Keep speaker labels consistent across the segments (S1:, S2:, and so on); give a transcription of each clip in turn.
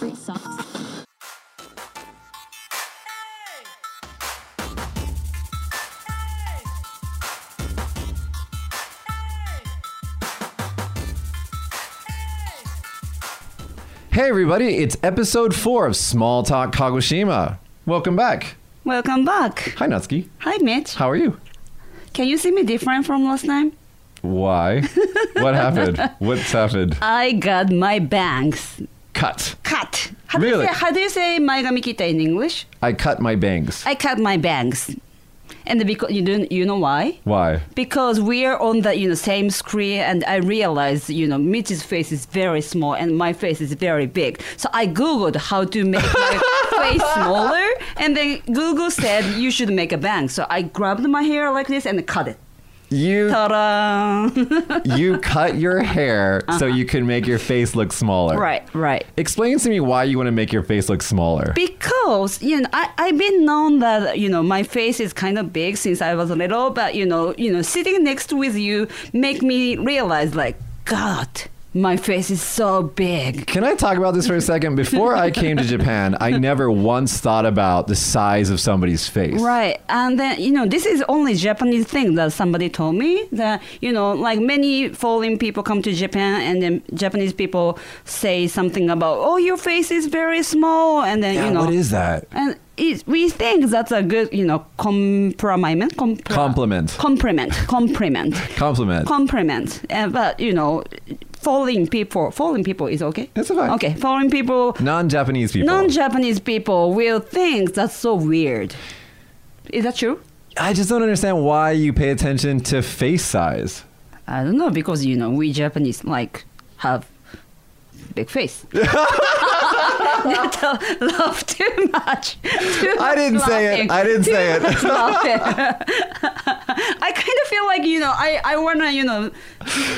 S1: Free socks.
S2: Hey, everybody, it's episode four of Small Talk Kagoshima. Welcome back.
S3: Welcome back.
S2: Hi, Natsuki.
S3: Hi, Mitch.
S2: How are you?
S3: Can you see me different from last time?
S2: Why? what happened? What's happened?
S3: I got my bangs
S2: Cut.
S3: cut. How do
S2: Really?
S3: you say, how do you say "maigami kita" in English?
S2: I cut my bangs.
S3: I cut my bangs, and because you don't, you know why?
S2: Why?
S3: Because we are on the you know same screen, and I realized you know Mitch's face is very small and my face is very big. So I googled how to make my face smaller, and then Google said you should make a bang. So I grabbed my hair like this and cut it.
S2: You
S3: Ta-da!
S2: you cut your hair so you can make your face look smaller.
S3: Uh-huh. right, right.
S2: Explain to me why you want to make your face look smaller.
S3: because you know I, i've been known that you know my face is kind of big since i was little but you know you know sitting next with you make me realize like god my face is so big
S2: Can I talk about this for a second? Before I came to Japan, I never once thought about the size of somebody's face.
S3: Right, and then you know this is only Japanese thing that somebody told me that you know like many foreign people come to Japan and then Japanese people say something about oh your face is very small and then
S2: Yeah,
S3: you know
S2: what is that?
S3: and it, we think that's a good you know compromise compra-
S2: Compliment.
S3: compliment, compliment,
S2: Compliment.
S3: compliment. Uh, but you know, foreign people, foreign people is okay.
S2: That's fine.
S3: Okay, foreign people,
S2: Non-Japanese people.
S3: non-Japanese people will think that's so weird. Is that true?
S2: I just don't understand why you pay attention to face size.
S3: I don't know because you know we Japanese like have big face. they don't laugh too much. Too
S2: I
S3: much
S2: didn't say it.
S3: laughing.
S2: I didn't say it.
S3: Stop it. I kind of feel like, you know, I, I want to, you know,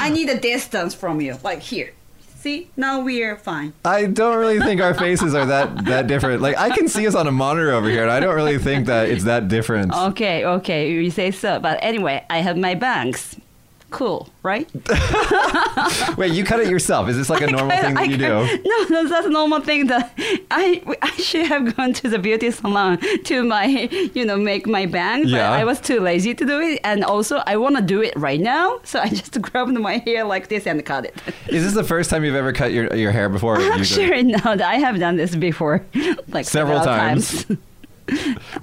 S3: I need a distance from you. Like here. See? Now we're fine.
S2: I don't really think our faces are that that different. Like I can see us on a monitor over here, and I don't really think that it's that different.
S3: Okay, okay. You say so. But anyway, I have my bangs. Cool, right?
S2: Wait, you cut it yourself? Is this like a normal thing that you do?
S3: No, no, that's a normal thing that I, I should have gone to the beauty salon to my, you know, make my bangs.
S2: Yeah.
S3: But I was too lazy to do it. And also, I want to do it right now. So I just grabbed my hair like this and cut it.
S2: Is this the first time you've ever cut your your hair before?
S3: I'm
S2: You did-
S3: sure now that I have done this before, like
S2: Several
S3: several,
S2: times.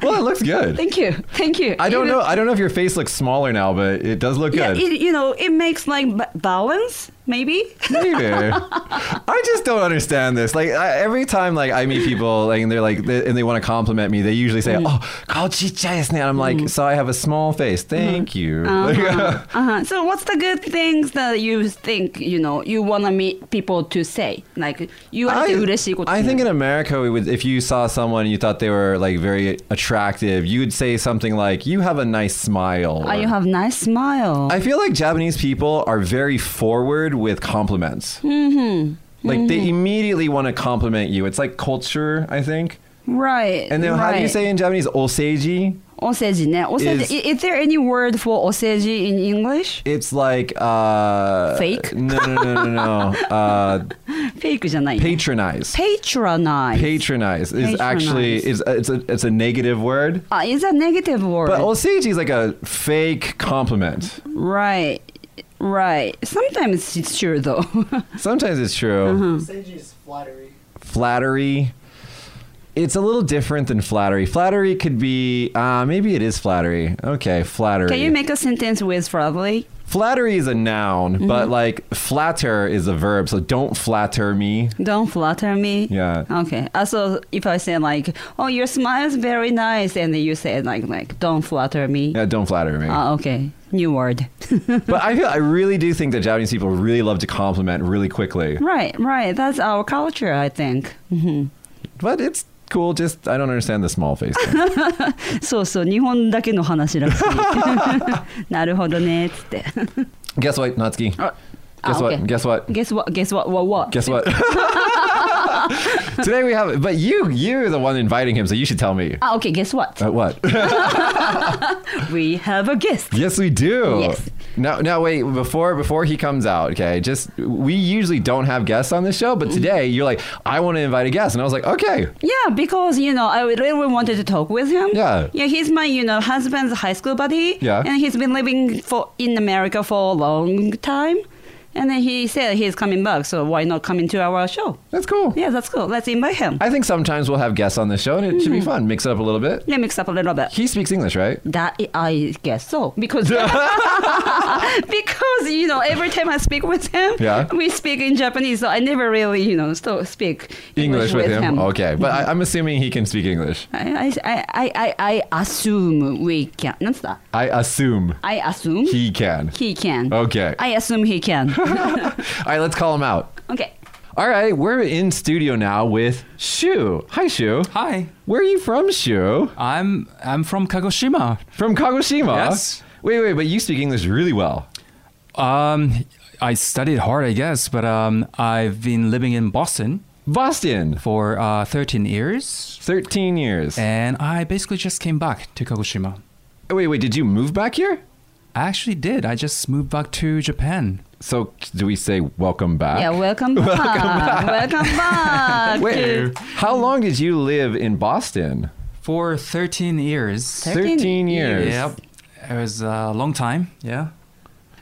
S2: Well, it looks good.
S3: Thank you, thank you.
S2: I don't
S3: Even-
S2: know. I don't know if your face looks smaller now, but it does look
S3: Yeah,
S2: good.
S3: it, you know, it makes like ba- balance, maybe.
S2: Maybe. I just don't understand this. Like I, every time, like I meet people, like and they're like, they, and they want to compliment me. They usually
S3: Mm-hmm.
S2: say, "Oh, kao chichai desu ne," and I'm like, "So I have a small face. Thank you." Like,
S3: Mm-hmm. Uh-huh. So, what's the good things that you think you know you want to meet people to say? Like you are the
S2: I, I think in America, we would, if you saw someone and you thought they were like very attractive, you would say something like, "You have a nice smile."
S3: oh,
S2: or-
S3: you have nice smile.
S2: I feel like Japanese people are very forward with compliments. Mm-hmm. Like
S3: Mm-hmm.
S2: they immediately want to compliment you. It's like culture, I think.
S3: right.
S2: And then how do you
S3: right.
S2: say in Japanese oseiji?
S3: oseji? Ne? Oseji.
S2: Is-
S3: i- Is, there any word for oseji in English?
S2: It's like uh
S3: Fake?
S2: No, no, no, no, no. uh,
S3: Fake じゃない。
S2: patronize.
S3: Patronize.
S2: patronize is actually
S3: Patronize.
S2: is uh, it's a it's a negative word.
S3: Ah, it's a negative word.
S2: But oseiji is like a fake compliment.
S3: Right, right. Sometimes it's true though.
S2: Sometimes it's true.
S3: Uh-huh.
S4: Seiji is flattery.
S2: Flattery. It's a little different than flattery. Flattery could be uh, maybe it is flattery. Okay, flattery.
S3: Can you make a sentence with probably?
S2: flattery is a noun, but
S3: Mm-hmm.
S2: like flatter is a verb. So don't flatter me.
S3: Don't flatter me.
S2: Yeah.
S3: Okay. Also, if I say like, "Oh, your smile is very nice," and you say like, "Like, don't flatter me."
S2: Yeah, don't flatter me.
S3: Ah, okay. New word.
S2: but I feel I really do think that Japanese people really love to compliment really quickly.
S3: right, right. That's our culture, I think. Mhm.
S2: But it's cool. Just I don't understand the small face. Thing.
S3: そうそう、日本だけの 話らしい。 なるほどねっつって。
S2: Guess what, Natsuki?
S3: Ah,
S2: Guess
S3: ah,
S2: what?
S3: okay.
S2: Guess what?
S3: Guess what? Guess what? What? What?
S2: Guess what? Today we have, but you, you're the one inviting him, so you should tell me.
S3: Ah, okay. Guess what?
S2: Uh, what?
S3: We have a guest.
S2: yes, we do.
S3: Yes.
S2: No, no, wait. Before before he comes out, okay. Just we usually don't have guests on this show,
S3: Mm.
S2: but today you're like, I want to invite a guest, and I was like, okay,
S3: Yeah, because you know I really wanted to talk with him.
S2: Yeah.
S3: yeah, he's my you know husband's high school buddy.
S2: Yeah.
S3: and he's been living for in America for a long time, and then he said he's coming back, so why not come into our show?
S2: that's cool.
S3: Yeah, that's cool. Let's invite him.
S2: I think sometimes we'll have guests on this show, and it should be fun. Mix it up a little bit.
S3: yeah, mix up a little bit.
S2: He speaks English, right?
S3: That I- I guess so because because you know every time I speak with him,
S2: Yeah.
S3: we speak in Japanese, so I never really you know still speak
S2: English with him. Okay, but I, I'm assuming he can speak English.
S3: I, I, I, I, I assume we can. なんつった
S2: I assume
S3: I assume
S2: he
S3: he,
S2: can.
S3: can.
S2: Okay.
S3: I assume he can.
S2: All right, let's call him out.
S3: okay.
S2: All right, we're in studio now with Shu. Hi, Shu.
S1: Hi,
S2: Where are you from, Shu?
S1: I'm I'm from Kagoshima.
S2: From Kagoshima.
S1: Yes.
S2: Wait, wait, but you speak English really well.
S1: Um, I studied hard, I guess, but um, I've been living in Boston
S2: Boston.
S1: for uh, 13 years,
S2: 13 years.
S1: and I basically just came back to Kagoshima.
S2: wait, wait, did you move back here?
S1: I actually did. I just moved back to Japan.
S2: So do we say welcome back?
S3: Yeah, welcome back. welcome back.
S2: Wait, how long did you live in Boston?
S1: For 13 years.
S3: 13
S2: years.
S1: Yep. It was a long time, yeah.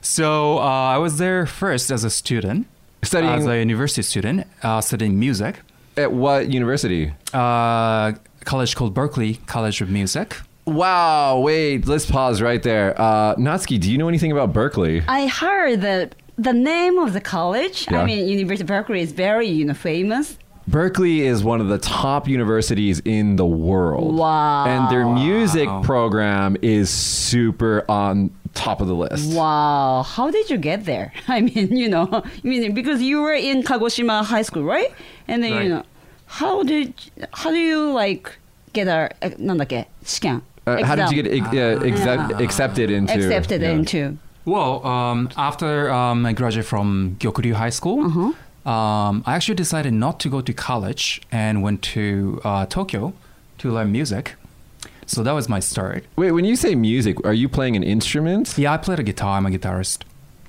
S1: So uh, I was there first as a student, as
S2: Studying
S1: a university student, uh, studying music.
S2: at what university?
S1: Uh, college called Berkeley College of Music.
S2: Wow, wait, let's pause right there. Uh, Natsuki, do you know anything about Berkeley?
S3: I heard that the name of the college,
S2: Yeah.
S3: I mean, University of Berkeley is very you know, famous.
S2: Berkeley is one of the top universities in the world.
S3: Wow.
S2: And their music
S1: Wow.
S2: program is super on top of the list.
S3: Wow, how did you get there? I mean, you know, I mean, because you were in Kagoshima High School, right? And then, you
S1: Right.
S3: know, how did, how do you like get a, eh, なんだっけ試験
S2: Uh, how did you
S3: exam?
S2: get uh, exec- accepted into?
S3: Ah. accepted
S2: yeah.
S3: into?
S1: Well, um, after um, I graduated from Gyokuryu High School,
S3: Mm-hmm.
S1: um, I actually decided not to go to college and went to uh, Tokyo to learn music. So that was my start.
S2: Wait, when you say music, are you playing an instrument?
S1: Yeah, I played a guitar. I'm a guitarist.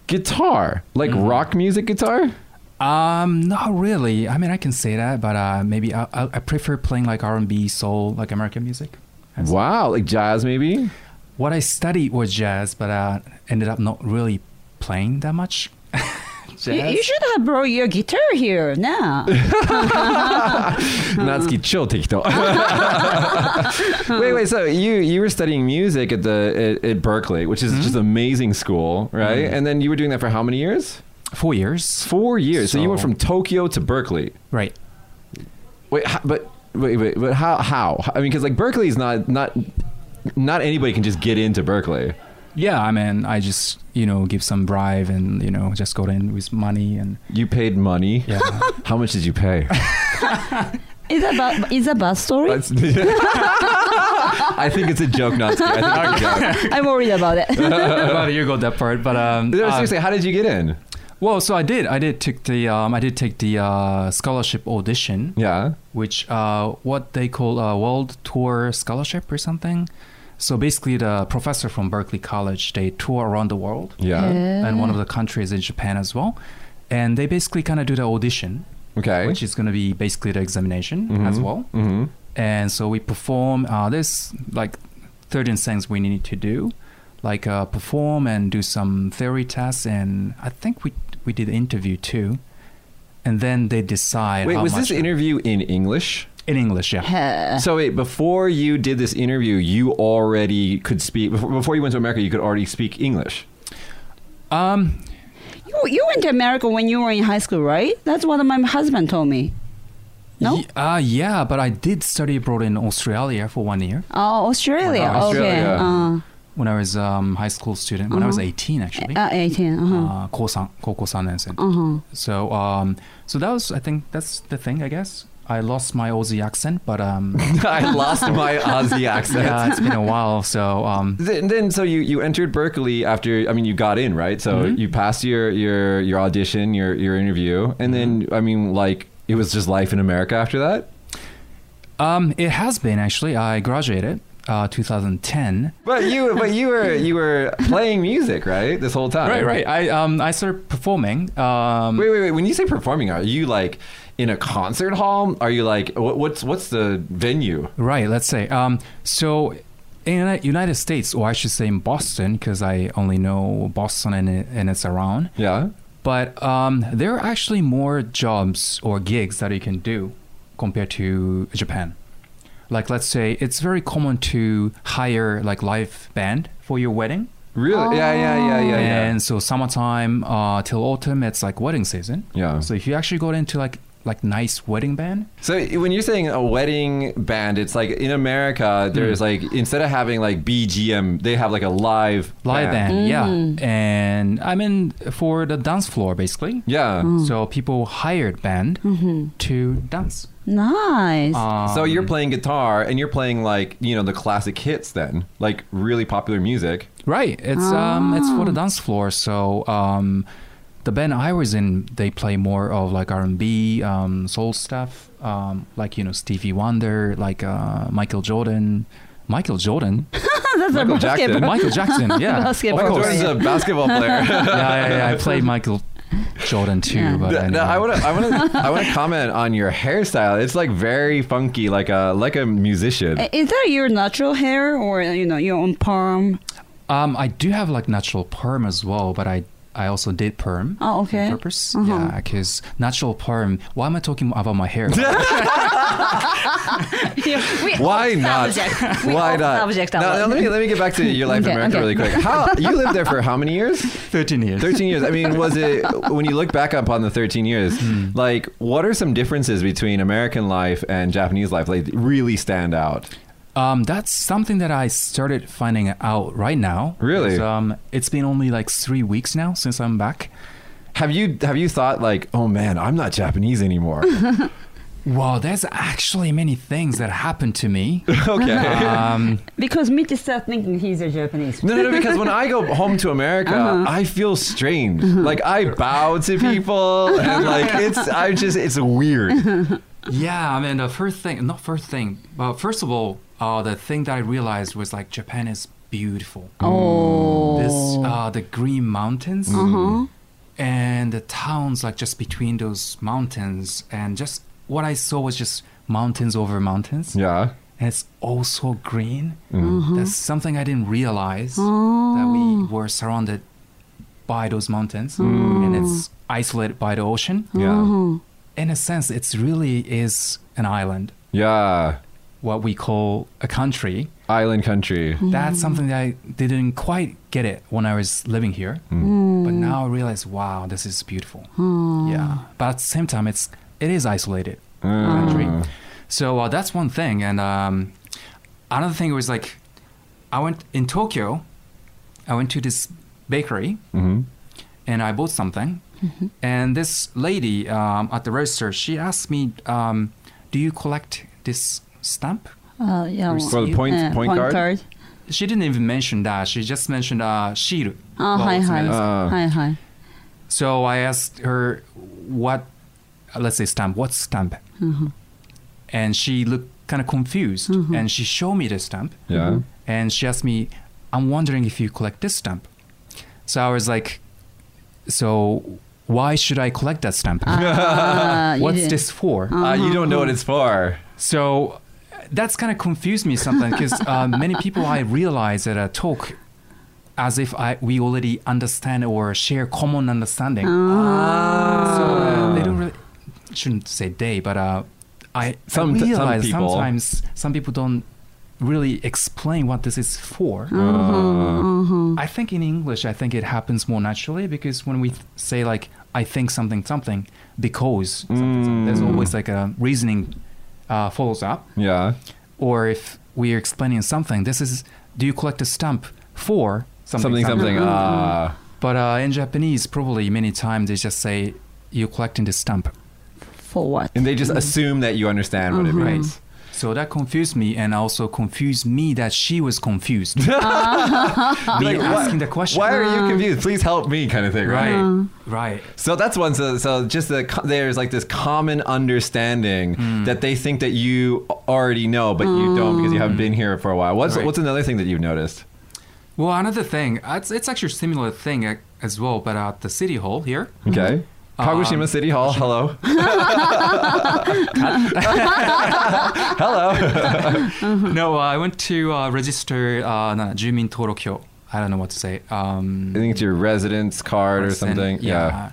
S2: Guitar, like rock music guitar?
S1: Um, not really. I mean, I can say that, but uh, maybe I, I, I prefer playing like R&B, soul, like American music. That's-
S2: Wow, like jazz maybe?
S1: What I studied was jazz, but uh, ended up not really playing that much.
S3: You, you should have brought your guitar here now.
S2: Natsuki, chill, Tikito. wait, wait. So you you were studying music at the at, at Berkeley, which is
S1: Mm-hmm.
S2: just amazing school, right? And then you were doing that for how many years?
S1: Four years.
S2: Four years. So, you went
S1: So-
S2: from Tokyo to Berkeley.
S1: Right.
S2: Wait, ho- but wait, wait, but how? How? I mean, because like Berkeley's not not not anybody can just get into Berkeley.
S1: Yeah, I mean, I just you know give some bribe and you know just go in with money and
S2: You paid money.
S1: yeah.
S2: How much did you pay?
S3: Is that ba- is that bad story?
S2: That's- I think it's a joke, Natsuki. I think it's a joke.
S3: I'm worried about it.
S1: but you got that part. But um,
S2: No,
S1: uh,
S2: seriously, how did you get in?
S1: well, so I did. I did take the um, I did take the uh, scholarship audition,
S2: Yeah.
S1: which uh, what they call a world tour scholarship or something. So basically, the professor from Berkeley College they tour around the world
S2: Yeah.
S1: and one of the countries in Japan as well, and they basically kind of do the audition,
S2: Okay.
S1: which is going to be basically the examination as well.
S2: mm-hmm.
S1: and so we perform uh, there's like certain things we need to do like uh, perform and do some theory tests and i think we we did interview too and then they decide
S2: Wait,
S1: how
S2: was this
S1: much-
S2: interview in English?
S1: in english yeah
S3: Uh.
S2: So wait, before you did this interview, you already could speak. Before, before you went to America, you could already speak English.
S1: um
S3: you, you went to America when you were in high school, right? That's what my husband told me. No?
S1: y- uh, yeah but i did study abroad in australia for one year
S3: Oh, Australia.
S1: Wow,
S3: Okay.
S2: Australia.
S1: when i was um high school student when i was 18 actually
S3: Uh, uh, 18. Uh-huh.
S1: uh, 高三-高校三年生.
S3: Uh-huh.
S1: So um, so that was I think that's the thing I guess. I lost my Aussie accent, but um,
S2: I lost my Aussie accent.
S1: yeah, Uh, it's been a while. So um,
S2: Then, then, so you, you entered Berkeley after. I mean, you got in, right? So
S1: Mm-hmm.
S2: you passed your your your audition, your your interview, and then
S1: Mm-hmm.
S2: I mean, like it was just life in America after that.
S1: um, it has been actually. I graduated. uh, 2010.
S2: But you, but you were you were playing music, right? This whole time.
S1: Right, right. I um I started performing. Um,
S2: Wait, wait, wait. When you say performing, are you like in a concert hall? Are you like what, what's what's the venue?
S1: Right, let's say. Um, so in the United States, or I should say in Boston, because I only know Boston and, it- and it's around.
S2: Yeah.
S1: But um, there are actually more jobs or gigs that you can do compared to Japan. Like, let's say it's very common to hire like live band for your wedding.
S2: Really? Yeah, yeah, yeah, yeah, yeah.
S1: And so summertime uh, till autumn, it's like wedding season.
S2: Yeah.
S1: So if you actually got into like like nice wedding band,
S2: So when you're saying a wedding band, it's like in America,
S1: Hmm.
S2: there's like instead of having like BGM, they have like a live
S1: live band, yeah. And I mean for the dance floor basically.
S2: Yeah.
S1: So people hired band to dance.
S3: Nice.
S2: so you're playing guitar and you're playing like you know the classic hits then, like really popular music.
S1: Right. It's um it's for the dance floor. So um the band I was in, they play more of like R and B, um, soul stuff, um, like you know Stevie Wonder, like uh, Michael Jordan, Michael Jordan,
S3: That's
S2: Michael
S3: a basketball.
S1: Michael Jackson, yeah,
S3: Basketball.
S1: of
S2: Michael
S1: course.
S2: Jordan's a basketball player.
S1: yeah, yeah, yeah, I played Michael Jordan too,
S3: Yeah.
S1: but
S2: No, I
S1: anyway.
S2: want to. I want to. I want to comment on your hairstyle. It's like very funky, like a like a musician.
S3: Uh, Is that your natural hair or you know your own perm?
S1: Um, I do have like natural perm as well, but I I also did perm.
S3: Oh, okay.
S1: On purpose,
S3: Uh-huh.
S1: yeah, because natural perm. Why am I talking about my hair?
S3: We
S2: Why
S3: off
S2: not?
S3: Subject. eh, We
S2: Why
S3: off
S2: not?
S3: Subject
S2: Now-
S3: a
S2: now
S3: lot.
S2: let me let me get back to your life in
S3: Okay,
S2: America
S3: okay.
S2: really quick. How you lived there for how many years?
S1: Thirteen years.
S2: Thirteen years. I mean, was it when you look back upon the thirteen years? Like, what are some differences between American life and Japanese life? Like, really stand out.
S1: Um, that's something that I started finding out right now.
S2: Really?
S1: Because, Um, it's been only like three weeks now since I'm back.
S2: Have you have you thought like, oh man, I'm not Japanese anymore?
S1: Wow, there's actually many things that happened to me.
S2: okay.
S1: Um,
S3: Because Mitch started thinking he's a Japanese.
S2: No, no, no, because when I go home to America,
S1: Uh-huh.
S2: I feel strange. Like I bow to people and like it's I just it's
S1: Uh-huh.
S2: weird.
S1: yeah, I mean, the first thing, not first thing, but first of all, uh, the thing that I realized was like Japan is beautiful.
S3: Oh.
S1: This, uh, the green mountains and the towns like just between those mountains and just what I saw was just mountains over mountains.
S2: Yeah.
S1: and it's also green. That's something I didn't realize that we were surrounded by those mountains and it's isolated by the ocean.
S2: Yeah.
S1: Uh-huh. In a sense, it's really is an island,
S2: Yeah.
S1: what we call a country.
S2: Island country.
S1: That's something that I didn't quite get it when I was living here, but now I realize, wow, this is beautiful. Yeah, but at the same time, it's it is isolated. country.
S2: Mm.
S1: So uh, that's one thing. And um, another thing was like, I went in Tokyo, I went to this bakery
S2: Mhm.
S1: and I bought something.
S3: Mm-hmm.
S1: And this lady um, at the register, she asked me, um, Do you collect this stamp?
S3: Uh, yeah.
S1: Receipt.
S2: Well, point,
S3: uh,
S2: point guard.
S1: She didn't even mention that. She just mentioned uh, shiru.
S3: Oh, hi,
S1: it's
S3: hi.
S1: amazing.
S2: Uh.
S3: hi, hi.
S1: So I asked her what, uh, let's say stamp, what stamp?
S3: Mm-hmm.
S1: And she looked kind of confused and she showed me the stamp.
S2: Yeah.
S3: Mm-hmm.
S1: And she asked me, I'm wondering if you collect this stamp. So I was like, so why should I collect that stamp?
S2: Ah.
S3: Uh, you
S1: What's
S3: did-
S1: this for?
S2: Uh, you don't know what it's for.
S1: So uh, that's kind of confused me sometimes because uh, many people I realize that I talk as if I, we already understand or share common understanding. So uh, Uh-huh. they don't really, shouldn't say they, but uh, I,
S2: Some-
S1: I
S2: some
S1: realize
S2: people.
S1: sometimes some people don't really explain what this is for.
S2: uh, Oh.
S1: I think in English, I think it happens more naturally because when we th- say like, I think something something because
S2: Mm.
S1: something, something, there's always like a reasoning uh, follows up.
S2: Yeah.
S1: Or if we are explaining something, this is do you collect a stamp for
S2: Something, something. Ah.
S1: But uh, in Japanese, probably many times they just say you're collecting the stamp.
S3: For what?
S2: and they just assume that you understand what
S1: Uh-huh.
S2: it means.
S1: So that confused me, and also confused me that she was confused. me asking the question.
S2: Why are you confused? Please help me, kind of thing,
S1: right?
S2: right?
S1: Right.
S2: So that's one.
S1: Hmm.
S2: So, so just the, co- there's like this common understanding that they think that you already know, but you don't because you haven't been here for a while. What's
S1: Hmm. Right.
S2: what's another thing that you've noticed?
S1: Well, another thing, it's, it's actually a similar thing a- as well, but at the city hall here,
S2: Okay. Kagoshima
S1: Um,
S2: City Hall. Hello. Hello.
S1: no, uh, I went to uh, register uh, no, Jumin Torokyo. I don't know what to say. Um,
S2: I think it's your residence card or something.
S1: And,
S2: Yeah.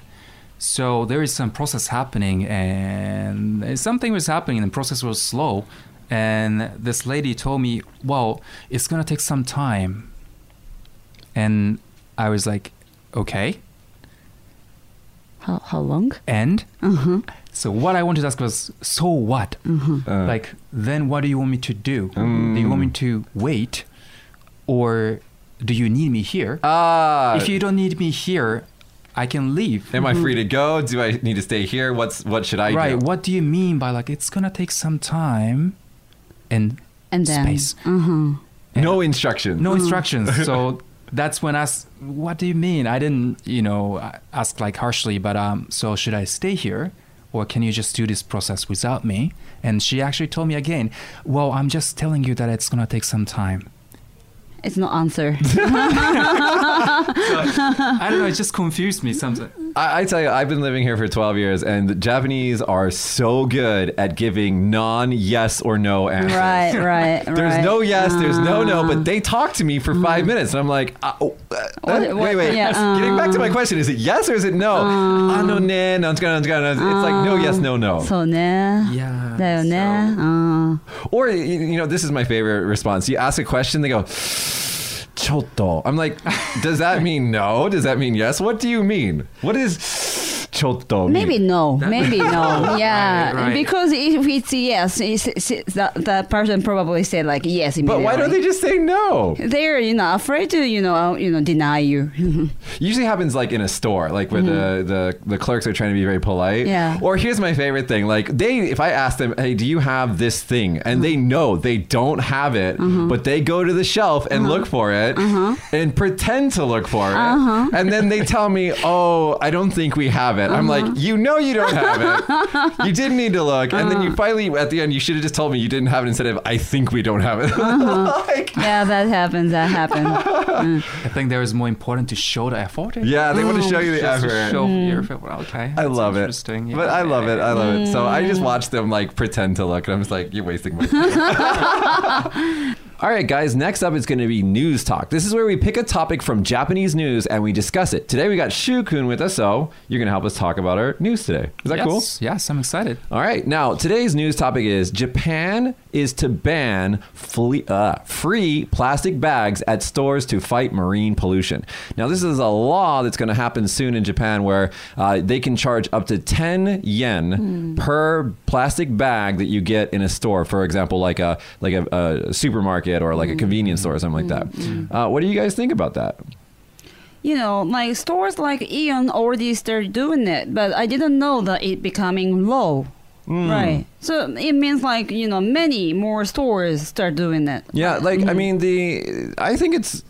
S1: So there is some process happening, and something was happening, and the process was slow. And this lady told me, "Well, it's gonna take some time." And I was like, "Okay."
S3: How, how long?
S1: And so what I wanted to ask was, "So what?
S2: Uh, Mm.
S1: like, then what do you want me to do? Do you want me to wait, or do you need me here?
S2: Ah.
S1: if you don't need me here, I can leave."
S2: am I free to go? Do I need to stay here? What's what should I
S1: right
S2: do?
S1: what do you mean by like it's gonna take some time and
S3: And then. mm-hmm.
S1: space
S2: No instructions.
S1: no instructions so that's when i asked what do you mean i didn't you know a- ask like harshly but um so should i stay here or can you just do this process without me and she actually told me again well i'm just telling you that it's gonna take some time
S3: It's not answer.
S1: i don't know it just confused me sometimes
S2: I, I tell you, I've been living here for 12 years, and the Japanese are so good at giving non yes or no answers.
S3: right, right, right. Ah. Um, mm.
S2: There's no yes, there's no no, but they talk to me for five minutes, and I'm like, uh, oh, uh, uh,
S3: What- what-
S2: wait, wait.
S3: yeah, um, uh,
S2: Getting back to my question, is it yes or is it no? Ah, no, nah, no, it's gonna, it's gonna. It's like no yes, no no.
S3: そうね。
S1: Yeah,
S3: だよね。うん。
S2: Or you you know, this is my favorite response. You ask a question, they go. Choto. I'm like, does that mean no? Does that mean yes? What do you mean? What is choto? mean?
S3: Maybe no. Maybe no. Yeah.
S1: Right, right.
S3: Because if it's yes, it's, it's, that, that person probably said like yes
S2: But
S3: immediately.
S2: why don't they just say no?
S3: They're you know afraid to you know you know deny you.
S2: Usually happens like in a store, like where the, the the clerks are trying to be very polite.
S3: Yeah.
S2: Or here's my favorite thing: like they, if I ask them, "Hey, do you have this thing?" and they know they don't have it, but they go to the shelf and look for it and pretend to look for it, and then they tell me, "Oh, I don't think we have it." I'm like, "You know, you don't have it. you didn't need to look." And then you finally, at the end, you should have just told me you didn't have it instead of, "I think we don't have it." like,
S3: yeah, that happens. That happens.
S1: i think there is more important to show the effort
S2: yeah, they want to show you the
S1: Just to
S2: effort.
S1: show your effort. Okay,
S2: I
S1: that's
S2: love it.
S1: interesting.
S2: But
S1: Yeah.
S2: I love it. I love it. So I just watch them like pretend to look, and I'm just like, you're wasting my time. All right, guys, next up is going to be News Talk. This is where we pick a topic from Japanese news and we discuss it. Today we got Shu-kun with us, so you're going to help us talk about our news today. Is that
S1: yes,
S2: cool?
S1: Yes, I'm excited.
S2: All right. Now, today's news topic is Japan is to ban fle- uh, free plastic bags at stores to fight marine pollution. Now, this is a law that's going to happen soon in Japan where uh, they can charge up to 10 yen per plastic bag that you get in a store, for example, like a like a, a supermarket or like a convenience store or something like that. Uh, what do you guys think about that?
S3: you know, like stores like Eon already started doing it, but I didn't know that it becoming low.
S1: Hmm.
S3: Right. So it means like, you know, many more stores start doing it.
S2: Yeah, like I mean the I think it's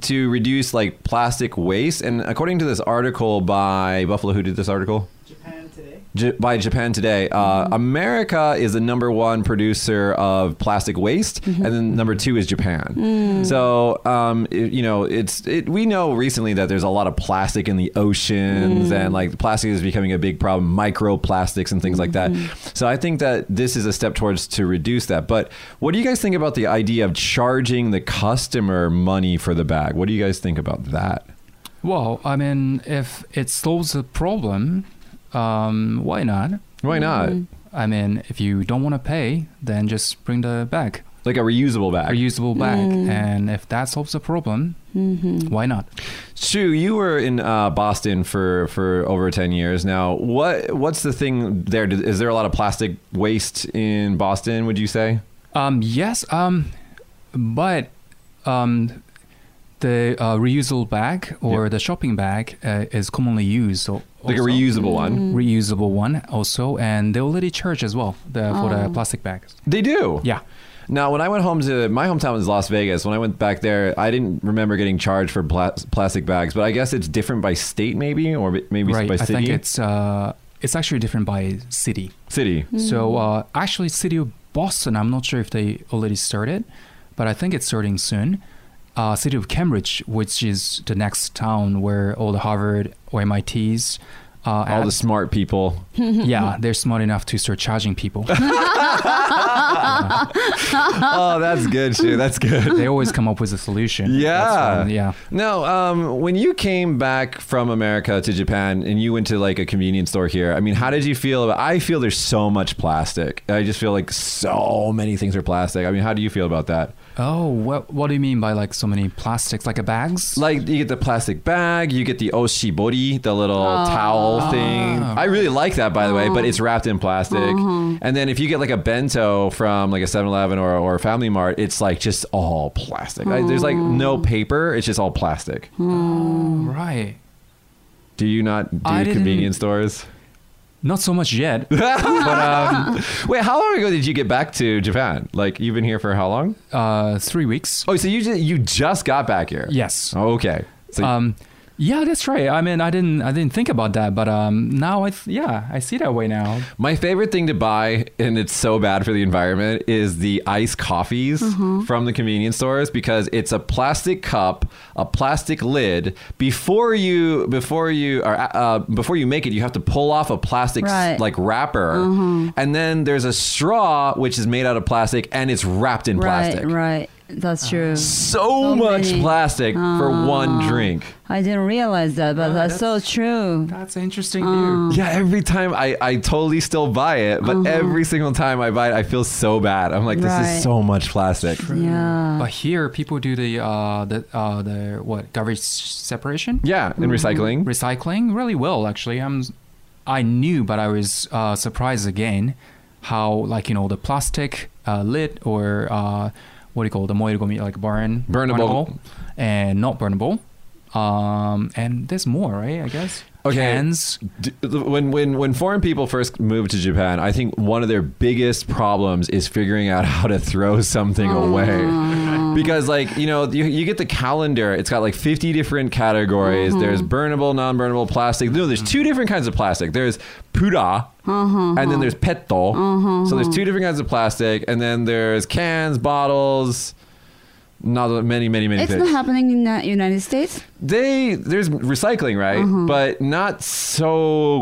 S2: to reduce like plastic waste and according to this article by Buffalo who did this article?
S4: Japan today.
S2: J- by Japan Today, uh, America is the number one producer of plastic waste, and then number two is Japan. So, um, it- you know, it's it, we know recently that there's a lot of plastic in the oceans, and like plastic is becoming a big problem, microplastics and things like that. So, I think that this is a step towards to reduce that. But what do you guys think about the idea of charging the customer money for the bag? What do you guys think about that?
S1: Well, I mean, if it solves the problem, um, why not?
S2: Why not?
S1: I mean, if you don't want to pay, then just bring the bag,
S2: Like a reusable
S1: a
S2: bag.
S1: reusable bag, and if that solves the problem, why not?
S2: Shu, you were in uh, Boston for, for over ten years now. What what's the thing there? Is there a lot of plastic waste in Boston? Would you say?
S1: Um, yes, um, but um, the uh, reusable bag or
S2: Yep.
S1: the shopping bag uh, is commonly used. So
S2: Like a
S1: also-
S2: reusable
S1: Mm.
S2: one?
S1: reusable one also, and they already charge as well the, for the plastic bags.
S2: They do.
S1: Yeah.
S2: Now, when I went home to my hometown is Las Vegas. When I went back there, I didn't remember getting charged for pla- plastic bags, but I guess it's different by state, maybe, or b- maybe
S1: right.
S2: by
S1: I
S2: city.
S1: think it's uh, it's actually different by city.
S2: city.
S1: So uh, actually, city of Boston, I'm not sure if they already started, but I think it's starting soon. Uh, city of Cambridge, which is the next town where all the Harvard or MITs, uh,
S2: All the
S1: at-
S2: smart people.
S1: yeah, they're smart enough to start charging people.
S2: oh, that's good, too. That's good.
S1: they always come up with a solution. That's
S2: Yeah.
S1: why- yeah.
S2: No, um, when you came back from America to Japan and you went to like a convenience store here, I mean, how did you feel? About, I feel there's so much plastic. I just feel like so many things are plastic. I mean, how do you feel about that?
S1: Oh, what what do you mean by like so many plastics, like a bags?
S2: Like, you get the plastic bag, you get the oshibori, the little
S1: Ah.
S2: towel thing. I really like that, by the way, but it's wrapped in plastic. And then if you get like a bento from like a 7 Eleven or, or a Family Mart, it's like just all plastic. Like, there's like no paper, it's just all plastic.
S1: right.
S2: Do you not do
S1: I didn't-
S2: convenience stores?
S1: Not so much yet.
S2: Wait, how long ago did you get back to Japan? Like you've been here for how long?
S1: uh, three weeks.
S2: Oh, so you just, you just got back here?
S1: Yes.
S2: Oh, okay. So
S1: Um, yeah, that's right. I mean, I didn't I didn't think about that, but um, now I th- yeah I see that way now.
S2: my favorite thing to buy, and it's so bad for the environment, is the iced coffees
S3: Mm-hmm.
S2: from the convenience stores because it's a plastic cup, a plastic lid. Before you before you or uh, before you make it, you have to pull off a plastic s-
S3: Right. Mm-hmm.
S2: like wrapper, and then there's a straw which is made out of plastic and it's wrapped in plastic.
S3: Right, right. That's true.
S2: so
S3: So
S2: much
S3: many.
S2: plastic for one drink.
S3: I didn't realize that, but
S1: No,
S3: that's, so
S1: that's-
S3: true.
S1: That's interesting.
S2: Yeah, every time I, I totally still buy it, but every single time I buy it, I feel so bad. I'm like, this
S3: Uh-huh. Right.
S2: is so much plastic.
S3: Yeah.
S1: But here, people do the uh, the uh, the what garbage separation,
S2: Yeah, and recycling.
S1: recycling really well. Actually, I'm I knew, but I was uh, surprised again how like you know the plastic uh, lid or uh, what do you call the moirigomi like burn
S2: Burnable.
S1: and not burnable. Um, and there's more, right? I guess.
S2: Okay.
S1: Cans.
S2: D- When, when, when foreign people first move to Japan, I think one of their biggest problems is figuring out how to throw something away. Because, like, you know, you, you get the calendar, it's got like 50 different categories.
S3: Mm-hmm.
S2: There's burnable, non burnable plastic. No, there's two different kinds of plastic. There's pura,
S3: Uh-huh.
S2: and then there's petto. So there's two different kinds of plastic, and then there's cans, bottles. Not many, many, many
S3: It's
S2: things
S3: not happening in the United States.
S2: they there's recycling right
S3: Mm-hmm.
S2: but not so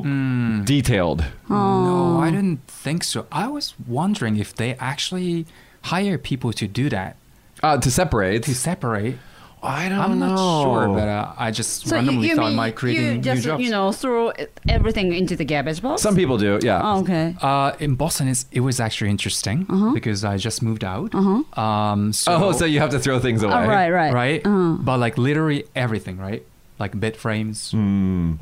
S2: Hmm. detailed
S1: No,
S3: Oh.
S1: I didn't think so. I was wondering if they actually hire people to do that
S2: uh, to separate
S1: to separate.
S2: i
S3: Oh,
S2: don't
S1: I'm not sure,
S2: know.
S1: but uh, I just randomly thought I might create
S3: you
S1: new
S3: just
S1: jobs.
S3: you know throw everything into the garbage box?
S2: some people do yeah
S3: Oh, okay.
S1: Uh, in Boston, it's, it was actually interesting
S3: Uh-huh.
S1: because I just moved out. Um, so,
S2: oh so you have to throw things away
S3: oh, right, right,
S1: right,
S3: Uh,
S1: but like literally everything, right? Like bed frames,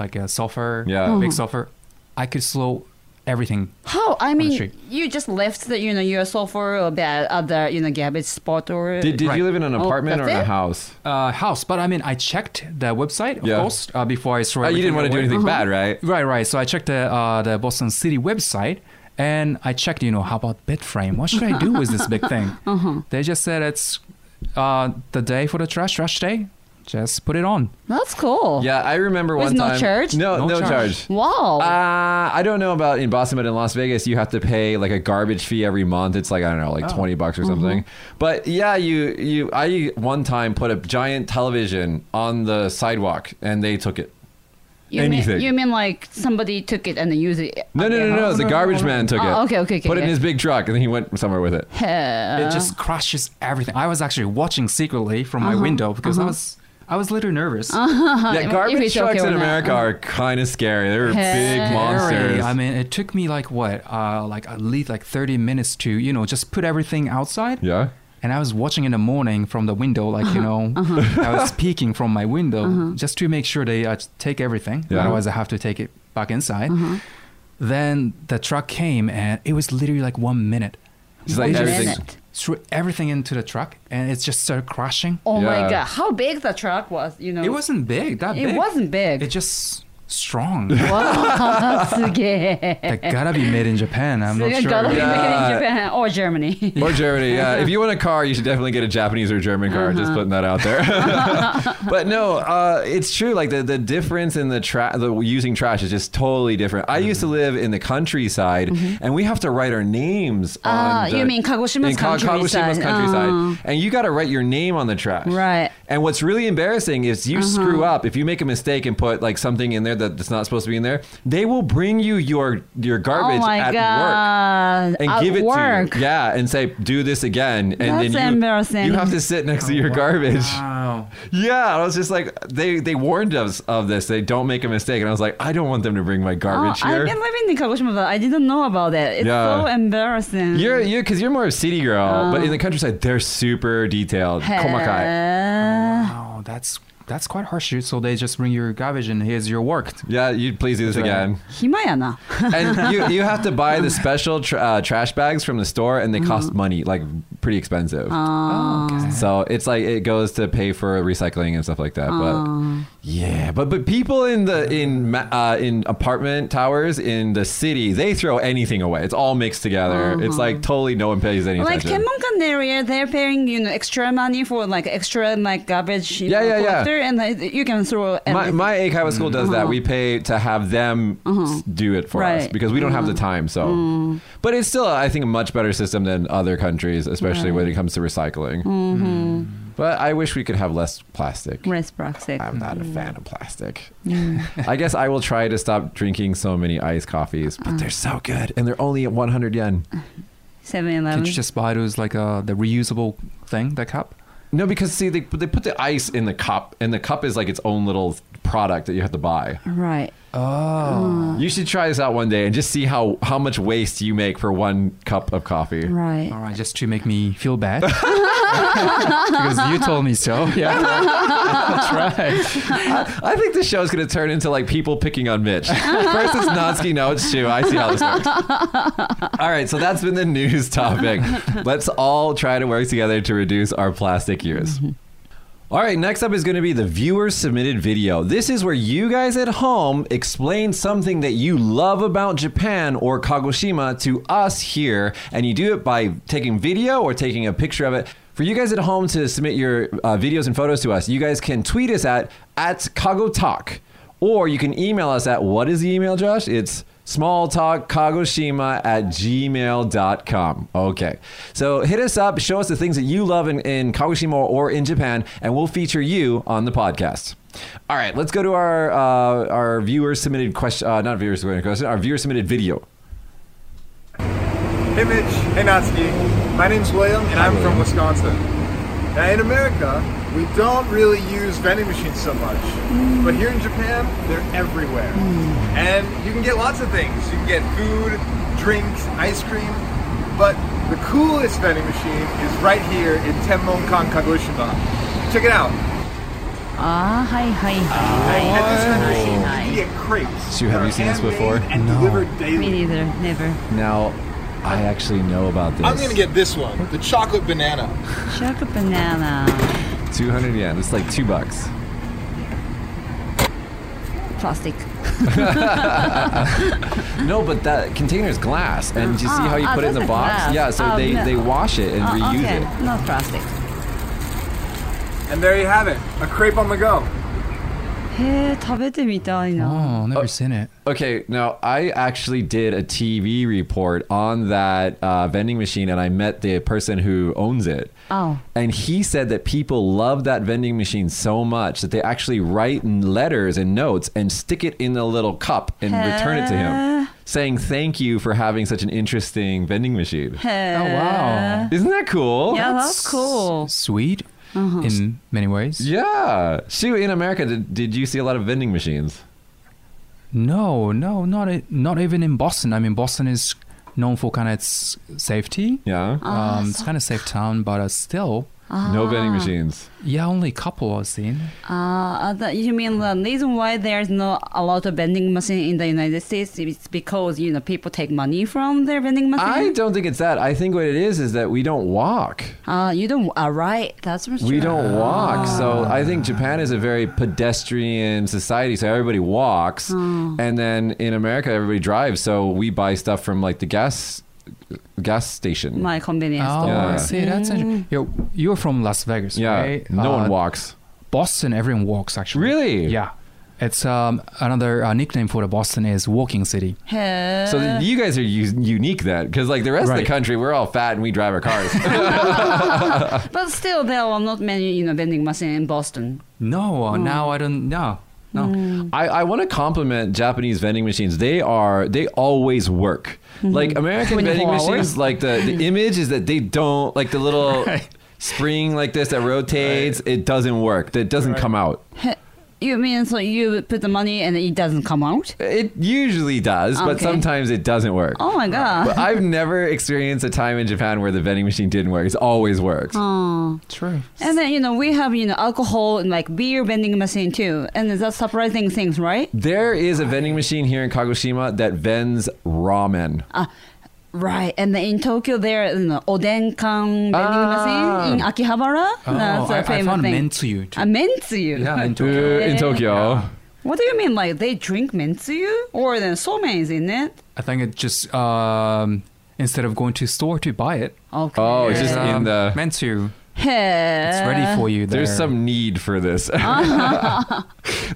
S1: like a software,
S2: Mm. Yeah.
S3: Uh-huh.
S1: big software. I could slow everything.
S3: how? I mean,
S1: street.
S3: you just left the you know your sofa or bed at the you know garbage spot or
S2: did, did
S1: Right.
S2: you live in an
S3: Oh,
S2: apartment or
S3: that's
S2: in a
S3: it?
S2: house
S1: Uh, house, but I mean, I checked the website, of
S2: Yeah.
S1: course, uh, before I saw.
S2: oh, you didn't want to do anything
S3: Uh-huh.
S2: bad right
S1: Right, right. So I checked the uh, the Boston City website, and I checked, you know, how about bed frame? What should I do with this big thing? They just said it's uh, the day for the trash trash day. Just put it on.
S3: That's cool.
S2: yeah i remember
S3: With
S2: one
S3: no
S2: time
S3: charge?
S2: no
S1: No
S2: no,
S1: charge.
S2: charge,
S3: Wow.
S2: Uh, I don't know about in Boston, but in Las Vegas, you have to pay like a garbage fee every month. It's like I don't know, like
S1: Oh.
S2: twenty bucks or
S3: Mm-hmm.
S2: something. But yeah, you you I one time put a giant television on the sidewalk and they took it.
S3: you
S2: anything.
S3: Mean, you mean like somebody took it and used it?
S2: No,
S3: at
S2: no,
S3: their
S2: no, no,
S3: house?
S2: The
S1: no,
S2: garbage
S1: no.
S2: man took
S3: Oh,
S2: it.
S3: okay, okay, okay,
S2: Put it in
S3: okay.
S2: his big truck and then he went somewhere with it.
S3: Heh.
S1: it just crashes everything. I was actually watching secretly from my window because I was I was a little nervous.
S2: yeah,
S3: Uh-huh. if
S2: garbage
S3: it's okay
S2: trucks
S3: or
S2: in
S3: not.
S2: America are kind of scary. They're
S3: Hey.
S2: big
S1: Scary.
S2: monsters.
S1: I mean, it took me like what, uh, like at least like thirty minutes to you know just put everything outside.
S2: yeah.
S1: And I was watching in the morning from the window,
S3: Uh-huh.
S1: like you know, I was peeking from my window just to make sure they uh, take everything.
S2: Yeah.
S1: Otherwise, I have to take it back inside.
S3: Uh-huh.
S1: Then the truck came, and it was literally like one minute.
S2: It's like
S1: They just
S2: everything.
S3: Minute.
S1: Threw everything into the truck, and it just started crashing.
S3: Oh
S2: Yeah.
S3: my god! How big the truck was? You know,
S1: It wasn't big. That
S3: It
S1: big.
S3: wasn't big.
S1: It just strong.
S3: わあ、すげえ。
S1: that gotta be made in Japan. I'm
S3: す
S1: not
S3: ごい
S1: sure.
S3: gotta be made in
S2: Yeah.
S3: Japan or Germany.
S2: Or Germany, yeah. If you want a car, you should definitely get a Japanese or German car.
S3: Uh-huh.
S2: Just putting that out there. but no, uh, it's true. Like the, the difference in the tra- the using trash is just totally different. I used to
S3: Mm-hmm.
S2: live in the countryside, and we have to write our names.
S3: Ah,
S2: on the,
S3: you mean Kagoshima's
S2: in Ka- Kagoshima's
S3: countryside.
S2: countryside.
S3: Ah.
S2: And you got to write your name on the trash.
S3: Right. Uh-huh.
S2: And what's really embarrassing is you screw up. If you make a mistake and put like something in there that, that's not supposed to be in there, they will bring you your your
S3: Oh
S2: garbage
S3: my
S2: at work
S3: god.
S2: and
S3: At
S2: give it
S3: work.
S2: to you. Yeah, and say do this again, and
S3: That's
S2: then you,
S3: embarrassing.
S2: You have to sit next
S1: Oh,
S2: to your garbage.
S1: Wow.
S2: Yeah, I was just like they they warned us of this. They don't make a mistake, and I was like, I don't want them to bring my
S3: Oh,
S2: garbage
S3: I've
S2: here.
S3: been living in Kagoshima, but I didn't know about it. It's
S2: Yeah.
S3: so embarrassing.
S2: You're you because you're more of a city girl, but in
S3: Oh.
S2: the countryside they're super detailed. Komakai.
S3: Hey.
S1: Wow, that's that's quite harsh. So they just bring your garbage and here's your work.
S2: Yeah, you please do this
S1: That's right.
S2: again.
S3: 暇やな。
S2: and you, you have to buy the special tr uh, trash bags from the store, and they
S3: Mm-hmm.
S2: cost money, like pretty expensive.
S3: Ah.
S1: okay.
S2: So it's like it goes to pay for recycling and stuff like that. But yeah, but but people in the in ma- uh, in apartment towers in the city, they throw anything away. It's all mixed together. It's like totally no one pays any
S3: Uh-huh. Like
S2: attention.
S3: Kemonkan area, they're paying you know extra money for like extra like garbage you
S2: Yeah,
S3: know,
S2: yeah, yeah.
S3: collector, and like, you can throw
S2: my
S3: everything.
S2: my Aikawa school does that. We pay to have them s- do it for us
S3: Uh-huh. Right. Uh-huh. Mm.
S2: because we don't have the time. So, but it's still, I think, a much better system than other countries, especially when it comes to recycling.
S3: Mm-hmm.
S2: But I wish we could have less plastic.
S3: Rice Mm. plastic.
S2: I'm not
S3: Mm.
S2: a fan of plastic. I guess I will try to stop drinking so many iced coffees, but they're so good and they're only at 100 yen.
S3: Seven Eleven.
S1: Can't you just buy those like uh, the reusable thing, the cup?
S2: No, because see, they, they put the ice in the cup, and the cup is like its own little product that you have to buy.
S3: Right.
S1: Oh.
S2: You should try this out one day and just see how, how much waste you make for one cup of coffee.
S1: All
S3: Right.
S1: right, just to make me feel bad. because you told me so. Yeah. That's right.
S2: I think this show is going to turn into like people picking on Mitch. First it's Natsuki, now it's Shu. I see how this works. All right, so that's been the news topic. Let's all try to work together to reduce our plastic use. All right, next up is going to be the viewer submitted video. This is where you guys at home explain something that you love about Japan or Kagoshima to us here, and you do it by taking video or taking a picture of it. For you guys at home to submit your uh, videos and photos to us, you guys can tweet us at at KagoTalk, or you can email us at what is the email, Josh? It's smalltalkkagoshima at gmail.com. Okay. So hit us up, show us the things that you love in, in Kagoshima or in Japan, and we'll feature you on the podcast. All right, let's go to our uh, our viewer submitted question, uh, not viewer submitted question, our viewer submitted video.
S5: Hey Mitch. Hey Natsuki. My name's William and I'm from Wisconsin. Now in America, we don't really use vending machines so much. But here in Japan, they're everywhere. And you can get lots of things. You can get food, drinks, ice cream. But the coolest vending machine is right here in Tenmonkan Kagoshima. Check it out.
S3: あーはいはいは
S5: At this vending machine,
S3: Nice.
S5: you can get crepes.
S2: Sue, have
S5: that
S2: you
S5: are
S2: seen this before?
S5: handmade And
S2: No.
S5: delivered
S3: い。Me
S5: daily.
S3: neither. Never.
S2: Now, I actually know about this.
S5: I'm gonna get this one, the chocolate banana.
S3: Shark banana.
S2: 200 yen. It's like two bucks.
S3: Plastic.
S2: No, but that container's glass, and you see how you
S3: Ah,
S2: put it in
S3: that's
S2: the
S3: a
S2: box?
S3: glass.
S2: Yeah, so
S3: Oh,
S2: they,
S3: no.
S2: they wash it and
S3: Oh,
S2: reuse
S3: okay.
S2: it.
S3: Not plastic.
S5: And there you have it, a crepe on the go.
S3: へえ食べてみたいな。
S1: Oh, never seen it.
S2: Okay, now I actually did a TV report on that uh, vending machine, and I met the person who owns it.
S3: Oh.
S2: And he said that people love that vending machine so much that they actually write in letters and notes and stick it in a little cup and return it to him, saying thank you for having such an interesting vending machine.
S3: へ
S1: Oh, wow.
S3: え。
S2: Isn't that cool?
S3: Yeah, Uh, that's cool. Uh-huh.
S1: Sweet in many ways.
S2: Yeah. Shu, in America, did, did you see a lot of vending machines?
S1: No, no, not e- not even in Boston. I mean, Boston is known for kind of its safety.
S2: Yeah.
S3: Ah,
S1: Um, it's kind of safe town, but uh, still,
S2: No vending machines.
S1: Yeah, only a couple I've seen.
S3: Uh, the, you mean the reason why there's not a lot of vending machine in the United States is because you know people take money from their vending
S2: I
S3: machine.
S2: don't think it's that. I think what it is is that we don't walk.
S3: uh, you don't. Uh, right. That's for
S2: We
S3: sure.
S2: don't walk. So I think Japan is a very pedestrian society. So everybody walks.
S1: Hmm.
S2: And then in America, everybody drives. So we buy stuff from like the gas gas station.
S3: My convenience
S1: Oh,
S3: store.
S2: Yeah.
S1: I see, that's
S3: Mm.
S1: interesting. Yo, you're from Las Vegas,
S2: yeah.
S1: right?
S2: No
S1: Uh,
S2: one walks.
S1: Boston, everyone walks actually.
S2: Really?
S1: Yeah. It's um, another uh, nickname for the Boston is walking city.
S3: Hey.
S2: So th- you guys are u- unique then, because like the rest of
S1: uh. Right.
S2: the country, we're all fat and we drive our cars.
S3: but still, there are not many you know vending machine in Boston.
S1: No,
S2: Hmm.
S1: uh, now I don't. No, no.
S2: I, I want to compliment Japanese vending machines. They are they always work. Like American
S3: 24
S2: vending
S3: Mm-hmm. hours.
S2: machines, like the, the image is that they don't like the little
S1: Right.
S2: spring like this that rotates. It doesn't work. That doesn't come out.
S3: Heh. You mean so you put the money and it doesn't come out?
S2: It usually does, but
S3: Okay.
S2: sometimes it doesn't work.
S3: Oh my god.
S2: But I've never experienced a time in Japan where the vending machine didn't work. It's always worked.
S3: Oh.
S1: True.
S3: And then you know we have you know alcohol and like beer vending machine too, and that's surprising things, right?
S2: There is a vending machine here in Kagoshima that vends ramen.
S3: Ah, right. And then in Tokyo, there you know oden kan vending
S2: Ah.
S3: machine in Akihabara.
S1: Oh,
S3: that's a
S1: I, I
S3: famous
S1: found
S3: thing.
S1: mentsuyu too.
S3: A mentsuyu.
S1: yeah, in
S2: Uh,
S1: Tokyo.
S2: in Tokyo.
S3: What do you mean? Like they drink mentsuyu, or then somen is in it?
S1: I think it just um, instead of going to store to buy it,
S3: Okay.
S2: Oh, it's just-
S1: um,
S2: in the-
S1: mentsuyu.
S3: Hey.
S1: It's ready for you. There.
S2: There's some need for this.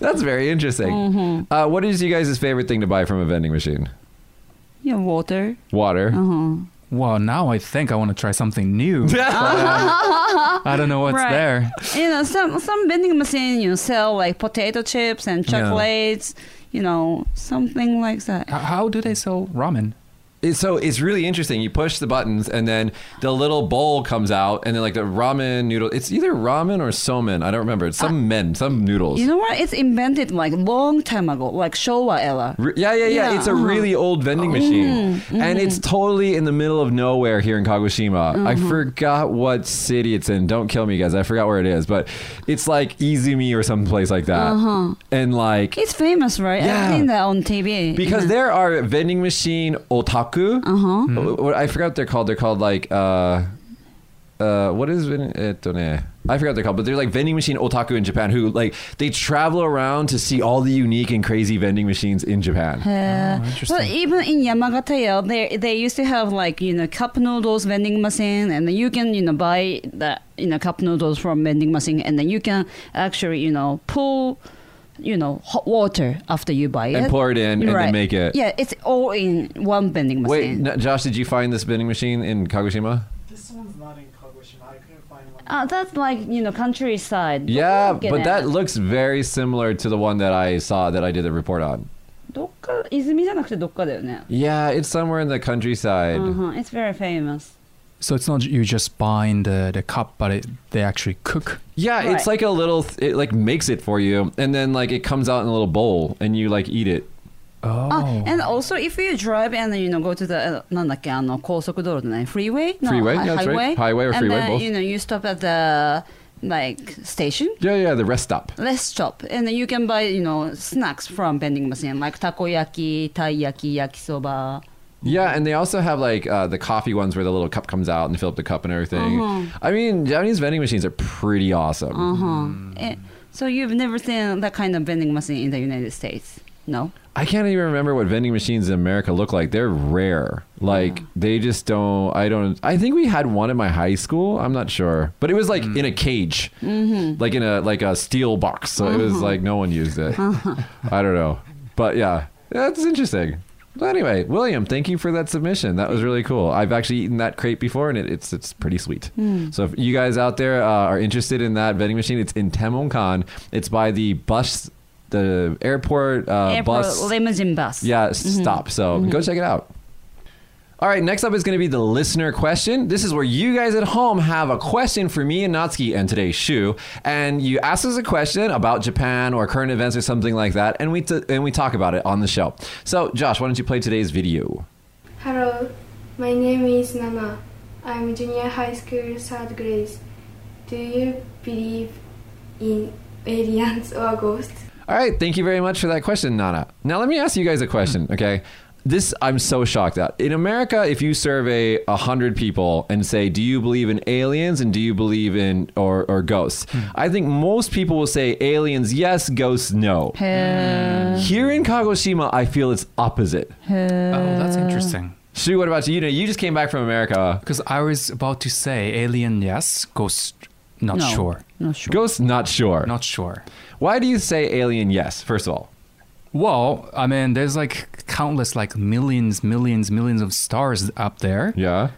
S2: That's very interesting. Uh, what is you guys' favorite thing to buy from a vending machine?
S3: Yeah, water.
S2: Water.
S1: Well, now I think I want to try something new. But, uh, I don't know what's
S3: Right.
S1: there.
S3: You know, some some vending machine you know, sell like potato chips and
S1: Yeah.
S3: chocolates. You know, something like that.
S1: H- How do they sell ramen?
S2: It- so it's really interesting. You push the buttons, and then the little bowl comes out, and then like the ramen noodle. It's either ramen or somen. I don't remember. It's some men, some noodles.
S3: You know what? It's invented like long time ago, like Showa era.
S2: Re- yeah, yeah, yeah,
S3: Yeah,
S2: It's a
S3: uh-huh.
S2: really old vending machine, and it's totally in the middle of nowhere here in Kagoshima. I forgot what city it's in. Don't kill me, guys. I forgot where it is, but it's like Izumi or some place like that. And like
S3: It's famous, right?
S2: Yeah.
S3: I've seen that on TV.
S2: because there are vending machine otaku. Uh-huh. What I forgot what they're called. They're called like uh, uh, what is it? I forgot what they're called, but they're like vending machine otaku in Japan who like they travel around to see all the unique and crazy vending machines in Japan.
S3: Uh,
S1: interesting.
S3: but even in Yamagata, they they used to have like you know cup noodles vending machine, and you can you know buy the you know cup noodles from vending machine, and then you can actually you know pull, you know hot water after you buy it
S2: And pour it in and then make it.
S3: Yeah, it's all in one vending
S2: Wait,
S3: machine.
S2: no, Josh, did you find this vending machine in Kagoshima?
S4: This one's not in Kagoshima. I couldn't find one.
S3: Uh, that's like you know countryside.
S2: Yeah,
S3: Look at
S2: but that
S3: it.
S2: looks very similar to the one that I saw that I did the report on.
S3: どっか-泉じゃなくてどっかだよね。
S2: Yeah, it's somewhere in the countryside.
S3: Uh-huh, It's very famous.
S1: So it's not you just buying the, the cup, but it, they actually cook.
S2: Yeah,
S3: Right.
S2: it's like a little. th- It like makes it for you, and then like it comes out in a little bowl, and you like eat it.
S1: Oh,
S3: Ah, and also if you drive and you know go to the uh, なんだっけあの高速道路じゃない freeway no,
S2: Freeway,
S3: hi-
S2: yeah, that's right.
S3: highway
S2: Highway or
S3: and
S2: freeway,
S3: then,
S2: both.
S3: you know you stop at the like station
S2: Yeah, yeah. The rest stop.
S3: let's stop and then you can buy you know snacks from vending machine like takoyaki taiyaki yakisoba
S2: Yeah, and they also have like uh, the coffee ones where the little cup comes out and they fill up the cup and everything.
S3: Mm-hmm.
S2: I mean, Japanese vending machines are pretty awesome. Mm.
S3: uh-huh. Eh, so you've never seen that kind of vending machine in the United States no
S2: I can't even remember what vending machines in America look like. They're rare. Like they just don't. I don't. I think we had one at my high school. I'm not sure, but it was like in a cage, mm-hmm. like in a like a steel box. So it was like no one used it. I don't know, but yeah, that's interesting. But anyway, William, thank you for that submission. That was really cool. I've actually eaten that crepe before, and it, it's it's pretty sweet. So if you guys out there uh, are interested in that vending machine, it's in Temonkan. It's by the bus, the airport uh,
S3: airport
S2: bus
S3: limousine bus
S2: yeah, s- stop. So go check it out. All right, next up is going to be the listener question. This is where you guys at home have a question for me and Natsuki and today's shoe, and you ask us a question about Japan or current events or something like that, and we t- and we talk about it on the show. So, Josh, why don't you play today's video?
S6: Hello, my name is Nana. I'm junior high school third grade. Do you believe in aliens or ghosts?
S2: All right, thank you very much for that question, Nana. Now let me ask you guys a question, okay? This I'm so shocked at. In America, if you survey hundred people and say, "Do you believe in aliens and do you believe in or, or ghosts?" I think most people will say aliens, yes; ghosts, no.
S3: Uh,
S2: Here in Kagoshima, I feel it's opposite.
S1: oh, that's interesting.
S2: Shu, what about you? You know, you just came back from America.
S1: Because I was about to say alien, yes, ghost, not
S3: no,
S1: sure.
S3: Not sure.
S2: Ghosts, not sure.
S1: Not sure.
S2: Why do you say alien? Yes, first of all.
S1: Well, I mean, there's like countless, like millions, millions, millions of stars up there.
S2: Yeah.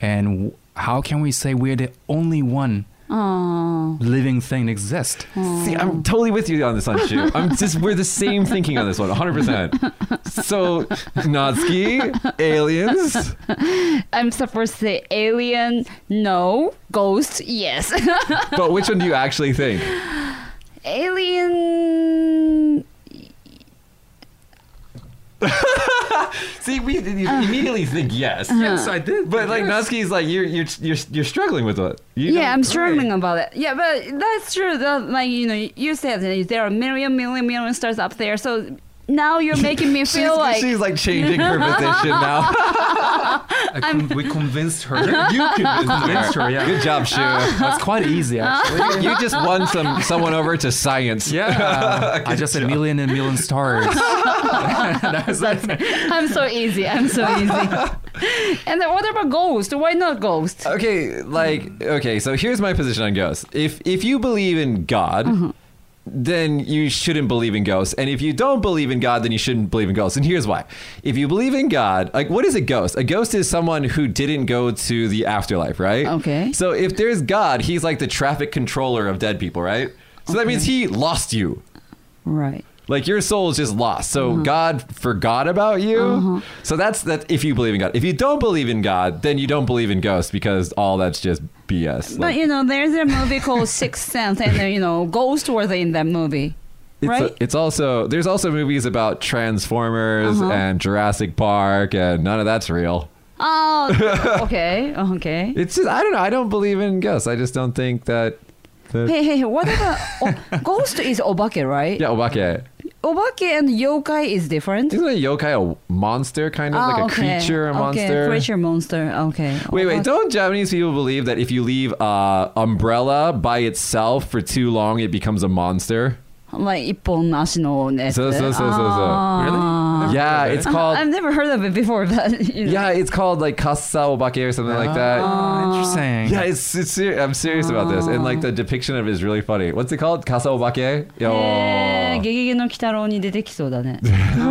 S1: And w- how can we say we're the only one
S3: Oh.
S1: living thing that exists?
S2: See, I'm totally with you on this one, Shu. I'm just we're the same thinking on this one, 100. percent So, Natsuki, aliens.
S3: I'm supposed to say alien, no. Ghost, yes.
S2: But which one do you actually think?
S3: alien.
S2: See, we you immediately think yes,
S1: Yes, I did.
S2: Uh-huh. but like Natsuki's like you're you're you're, you're struggling with it. You don't-
S3: Yeah, I'm struggling about it. Yeah, but that's true. That, like, you know, you said that there are million, million, million stars up there. So now you're making me
S2: She's
S3: feel like.
S2: she's like changing her position now.
S1: we convinced her.
S2: you convinced
S1: her, yeah.
S2: Good job, Shu.
S1: That's quite easy, actually.
S2: you just won some someone over to science.
S1: Yeah, I just said million and million stars. That's-
S3: I'm so easy. I'm so easy. and then what about ghost? Why not ghost?
S2: Okay, like okay, so here's my position on ghosts. If if you believe in God, then you shouldn't believe in ghosts. And if you don't believe in God, then you shouldn't believe in ghosts. And here's why. If you believe in God, like what is a ghost? A ghost is someone who didn't go to the afterlife, right?
S3: Okay.
S2: So if there's God, he's like the traffic controller of dead people, right? So that means he lost you.
S3: Right.
S2: Like your soul is just lost. So
S3: Uh-huh.
S2: God forgot about you. So that's that if you believe in God. If you don't believe in God, then you don't believe in ghosts because all that's just BS.
S3: But
S2: Like,
S3: you know, there's a movie called Sixth Sense, and uh, you know, ghosts were in that movie,
S2: it's,
S3: right?
S2: it's also there's also movies about Transformers
S3: Uh-huh.
S2: and Jurassic Park and none of that's real.
S3: oh, okay, okay.
S2: It's just I don't know. I don't believe in ghosts. I just don't think that. that
S3: Hey, hey, hey, what about oh, ghost is obake, right?
S2: Yeah, obake.
S3: Obake and yokai is different.
S2: Isn't a yokai a monster kind of
S3: Ah,
S2: like a
S3: okay.
S2: creature, a monster?
S3: Okay, creature, monster. Okay.
S2: Wait, wait!
S3: Obake-
S2: Don't Japanese people believe that if you leave uh, umbrella by itself for too long, it becomes a monster?
S3: Like ippon ashi no net.
S2: So, so, so, so, so.
S3: Ah.
S1: Really?
S2: Yeah, it's called.
S3: I've never heard of it before, but you know.
S2: yeah, it's called like kasa obake or something like
S3: Ah.
S2: that.
S1: Interesting.
S2: Yeah, it's, it's ser- I'm serious about this, and
S3: Ah.
S2: like the depiction of it is really funny. What's it called? Kasa obake? Yo.
S3: へーゲゲゲの鬼太郎に出てきそう だね。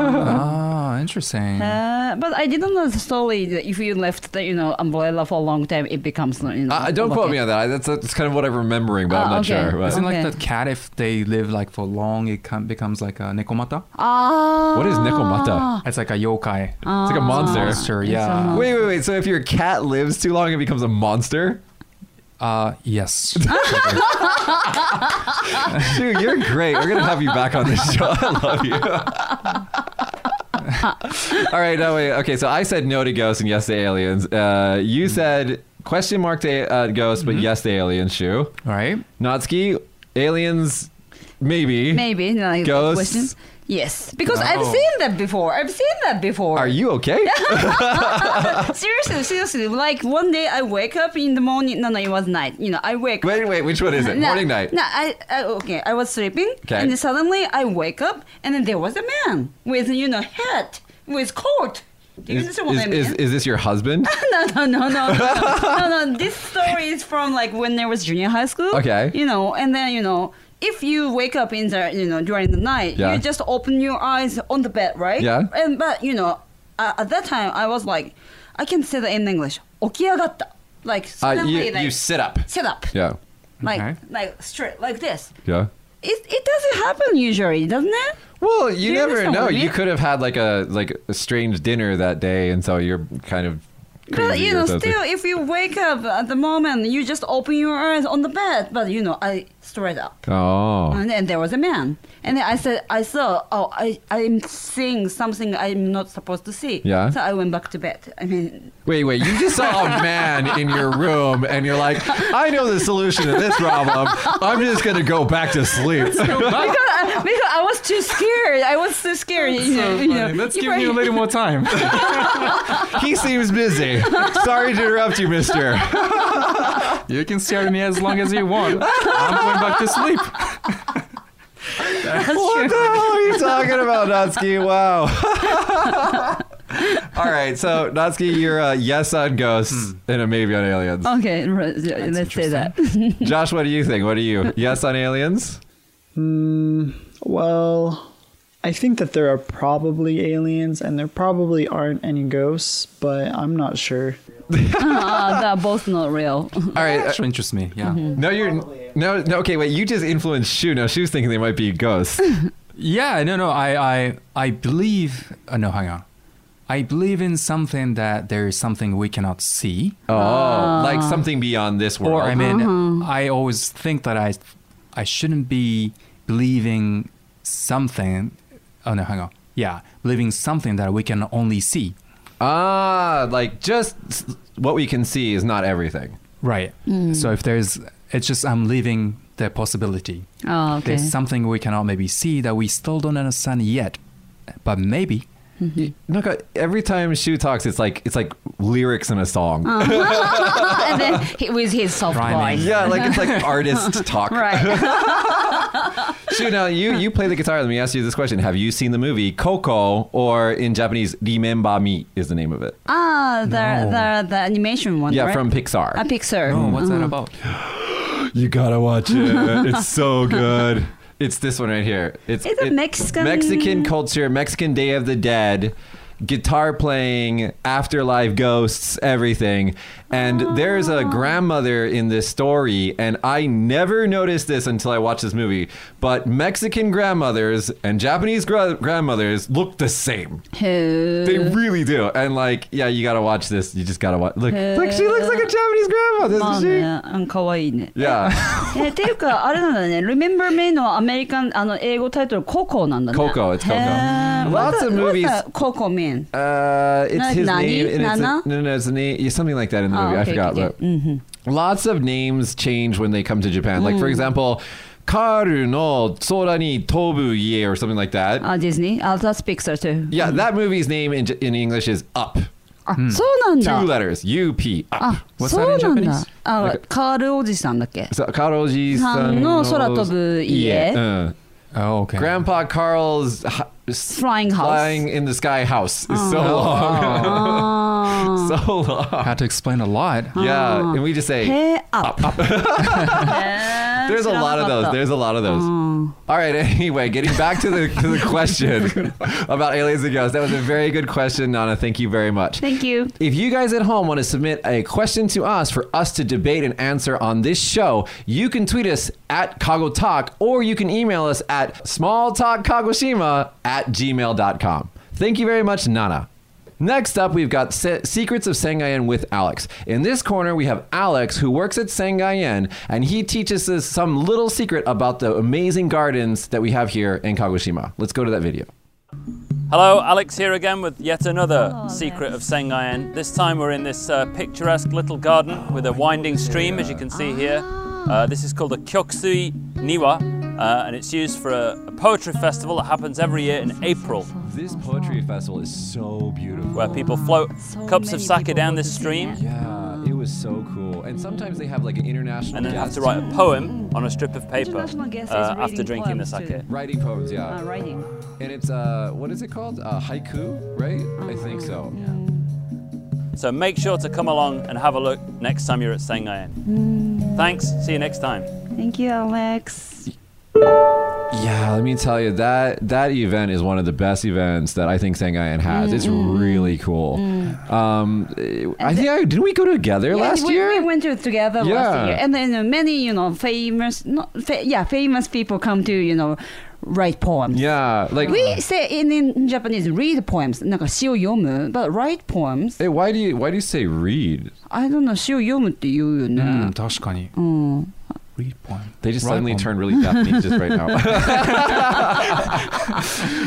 S1: Ah, interesting.
S3: Uh, but I didn't know the story that if you left the you know umbrella for a long time, it becomes you know.
S2: Uh, don't quote me
S3: obake.
S2: on that. I, that's, that's kind of what I'm remembering, but
S3: Ah,
S2: I'm not
S3: okay.
S2: sure. But.
S1: Isn't like
S3: Okay.
S1: that cat if they live like for long, it com- becomes like a nekomata.
S3: Ah.
S2: What is nekomata?
S1: It's like a yokai.
S2: It's like a monster.
S1: Monster,
S3: a
S1: yeah.
S3: mon-
S2: Wait, wait, wait. So if your cat lives too long, it becomes a monster?
S1: Uh, yes.
S2: Dude, you're great. We're gonna have you back on this show. I love you. All right, no wait. Okay, so I said no to ghosts and yes to aliens. Uh, you said question mark to uh, ghosts, but yes to aliens. Shu
S1: right?
S2: Natsuki, aliens, maybe.
S3: Maybe like
S2: Ghosts?
S3: question. Yes, because I've
S1: Oh.
S3: seen that before. I've seen that before.
S2: Are you okay?
S3: seriously? Seriously, like one day I wake up in the morning. No, no, it was night. You know, I wake.
S2: wait, wait. Which one is it?
S3: No,
S2: Morning night.
S3: No, I, I okay. I was sleeping,
S2: Okay.
S3: and then suddenly I wake up, and then there was a man with you know hat with coat. Do you
S2: Is,
S3: understand what I mean?
S2: is, is, is this your husband?
S3: no, no, no, no, no, no, no. This story is from like when there was junior high school.
S2: Okay.
S3: You know, and then you know, if you wake up in the you know during the night,
S2: Yeah.
S3: you just open your eyes on the bed, right?
S2: Yeah.
S3: And but you know, uh, at that time I was like, I can say that in English. Okiagatta. Like
S2: Uh,
S3: suddenly,
S2: you,
S3: like
S2: you sit up.
S3: sit up.
S2: Yeah.
S3: Like
S1: Okay.
S3: like straight like this.
S2: Yeah.
S3: It it doesn't happen usually, doesn't it?
S2: Well, you
S3: Do you
S2: never
S3: understand what
S2: know.
S3: I
S2: You
S3: mean?
S2: could have had like a like a strange dinner that day, and so you're kind of.
S3: But
S2: crazy
S3: you
S2: or
S3: know,
S2: something.
S3: still, if you wake up at the moment, you just open your eyes on the bed. But you know, I straight up.
S2: Oh.
S3: And then there was a man. And then I said, I saw, oh, I, I'm seeing something I'm not supposed to see.
S2: Yeah.
S3: So I went back to bed. I mean,
S2: Wait, wait. You just saw a man in your room and you're like, I know the solution to this problem. I'm just going to go back to sleep.
S3: because, I, because I was too scared. I was too scared. you know, you know.
S1: Let's
S3: If
S1: give
S3: I-
S1: you a little more time.
S2: he seems busy. Sorry to interrupt you, mister.
S1: you can stare at me as long as you want. I'm going back to sleep.
S3: That's
S2: What the
S3: true.
S2: hell are you talking about, Natsuki? Wow. All right, so Natsuki, you're a yes on
S1: Hmm.
S2: ghosts and a maybe on aliens.
S3: Okay, right, yeah, let's say that.
S2: Josh, what do you think? What are you? Yes on aliens?
S7: Well, I think that there are probably aliens and there probably aren't any ghosts, but I'm not sure.
S3: uh, they're both not real.
S2: All right. uh,
S1: Actually interests me. Yeah.
S2: No, you're no, no. Okay, wait. You just influenced Shu. Now Shu's thinking they might be ghosts.
S1: Yeah. No. No. I. I. I believe. Uh, no. Hang on. I believe in something that there is something we cannot see.
S2: Oh, like something beyond this world.
S1: Or I mean, I always think that I, I shouldn't be believing something. Oh no, hang on. Yeah, believing something that we can only see.
S2: ah, like just s- what we can see is not everything.
S1: Right.
S3: Mm.
S1: So if there's, it's just I'm leaving the possibility.
S3: Oh, okay.
S1: There's something we cannot maybe see that we still don't understand yet, but maybe.
S2: Mm-hmm. No, God, every time Shu talks, it's like it's like lyrics in a song.
S3: and then he, with his soft
S1: Rhyming.
S3: voice.
S2: Yeah, like it's like artist talk.
S3: Right.
S2: Shu, now you you play the guitar. Let me ask you this question: Have you seen the movie Coco, or in Japanese, Remember Me is the name of it?
S3: Ah, the,
S1: No.
S3: the, the animation one.
S2: yeah,
S3: right?
S2: from Pixar.
S3: a Pixar.
S1: Oh, what's that about?
S2: You gotta watch it. It's so good. It's this one right here. It's,
S3: It's a Mexican-
S2: Mexican culture, Mexican Day of the Dead, guitar playing, afterlife ghosts, everything. And there's
S3: Ah.
S2: a grandmother in this story, and I never noticed this until I watched this movie. But Mexican grandmothers and Japanese gra- grandmothers look the same.
S3: Who-
S2: They really do. And like, yeah, you gotta watch this. You just gotta watch. Look, look, she looks like a Japanese grandmother,
S3: まあ
S2: doesn't she?
S3: ね、うん、可愛い ね。
S2: Yeah.
S3: え Eh, っていうか、あれなんだね、Remember Me のアメリカン、あの、英語タイトル、ココなんだね。
S2: Coco, it's Coco.
S3: へー
S2: Mm. Lots
S3: What's
S2: of
S3: the-
S2: movies-
S3: What's the Coco mean?
S2: Uh, it's
S3: Like
S2: his
S3: Nani?
S2: name. And it's a,
S3: Nana?
S2: no, no, no, it's a name. yeah, Something like that in the
S3: Oh,
S2: movie. I
S3: okay,
S2: forgot.
S3: okay, Mm-hmm.
S2: But lots of names change when they come to Japan.
S3: Hmm.
S2: Like for example, Karu no Sora ni Tobu Ye or something like that.
S3: あ、ディズニーあ、That's Ah, Pixar too.
S2: yeah, Hmm. that movie's name in, in English is Up.
S3: あ、そうな
S2: Two
S3: んだ。
S2: letters. U P. Up.
S3: あ、
S1: What's
S3: そうなん
S1: that in
S3: だ Ah,
S1: Japanese?。
S3: あ、カールおじさんだっけ
S2: So, Karoji
S3: さんの空飛ぶ家。
S2: Uh,
S1: Oh, okay.
S2: Grandpa Carl's hi- s-
S3: Flying house. Oh.
S2: Flying in the sky house. It's so long.
S3: あ
S2: so long.
S1: Had to explain a lot.
S3: Oh.
S2: Yeah, and we just say.
S3: ー。へー、アップ。
S2: There's a lot of those.
S3: 知らなかった
S2: There's a lot of those.
S3: Oh.
S2: All right. Anyway, getting back to the to the question about aliens and ghosts. That was a very good question, Nana. Thank you very much.
S3: Thank you.
S2: If you guys at home want to submit a question to us for us to debate and answer on this show, you can tweet us at Kago Talk or you can email us at smalltalkkagoshima at gmail.com. Thank you very much, Nana. Next up, we've got Se- Secrets of Sangayen with Alex. In this corner, we have Alex, who works at Sangayen, and he teaches us some little secret about the amazing gardens that we have here in Kagoshima. Let's go to that video.
S8: Hello, Alex here again with yet
S3: Oh,
S8: another secret of Sengayen. This time we're in this uh, picturesque little garden with a winding stream, as you can see here.
S3: Ah.
S8: Uh, this is called the Kyokusui Niwa, uh, and it's used for a, a poetry festival that happens every year in April,
S2: This poetry festival is so beautiful.
S8: where people float
S3: So
S8: cups of
S3: many
S8: sake
S3: people
S8: down
S3: go to
S8: this
S3: see
S8: stream
S3: that.
S2: Yeah, it was so cool. And sometimes they have like an international
S8: and then have
S2: guest.
S8: to write a poem on a strip of paper
S3: International guest is
S8: uh, after
S3: reading
S8: drinking the
S3: poems too.
S8: sake.
S2: writing poems, yeah.
S3: Ah, writing.
S2: And it's uh what is it called? Uh, haiku, right? I
S3: Uh-huh.
S2: think so.
S8: So make sure to come along and have a look next time you're at Sengayen.
S3: Hmm.
S8: Thanks, see you next time.
S3: Thank you, Alex.
S2: Yeah, let me tell you that that event is one of the best events that I think Sangayan has. It's
S3: Mm-hmm.
S2: really cool. Um, I think I didn't we go together last
S3: Yeah, we,
S2: year?
S3: we went to together
S2: Yeah.
S3: last year, and then uh, many you know famous, not fa- yeah, famous people come to you know write poems.
S2: yeah, like
S3: We say in, in Japanese read poems, なんか詩を読む but write poems.
S2: Hey, why do you why do you say read?
S3: I don't know 詩を読むって言うよね。
S1: Mm, 確かに。
S3: うん。
S1: weed poem.
S2: They just
S1: Right
S2: suddenly
S1: poem.
S2: turned really Japanese just right now. wait, wait,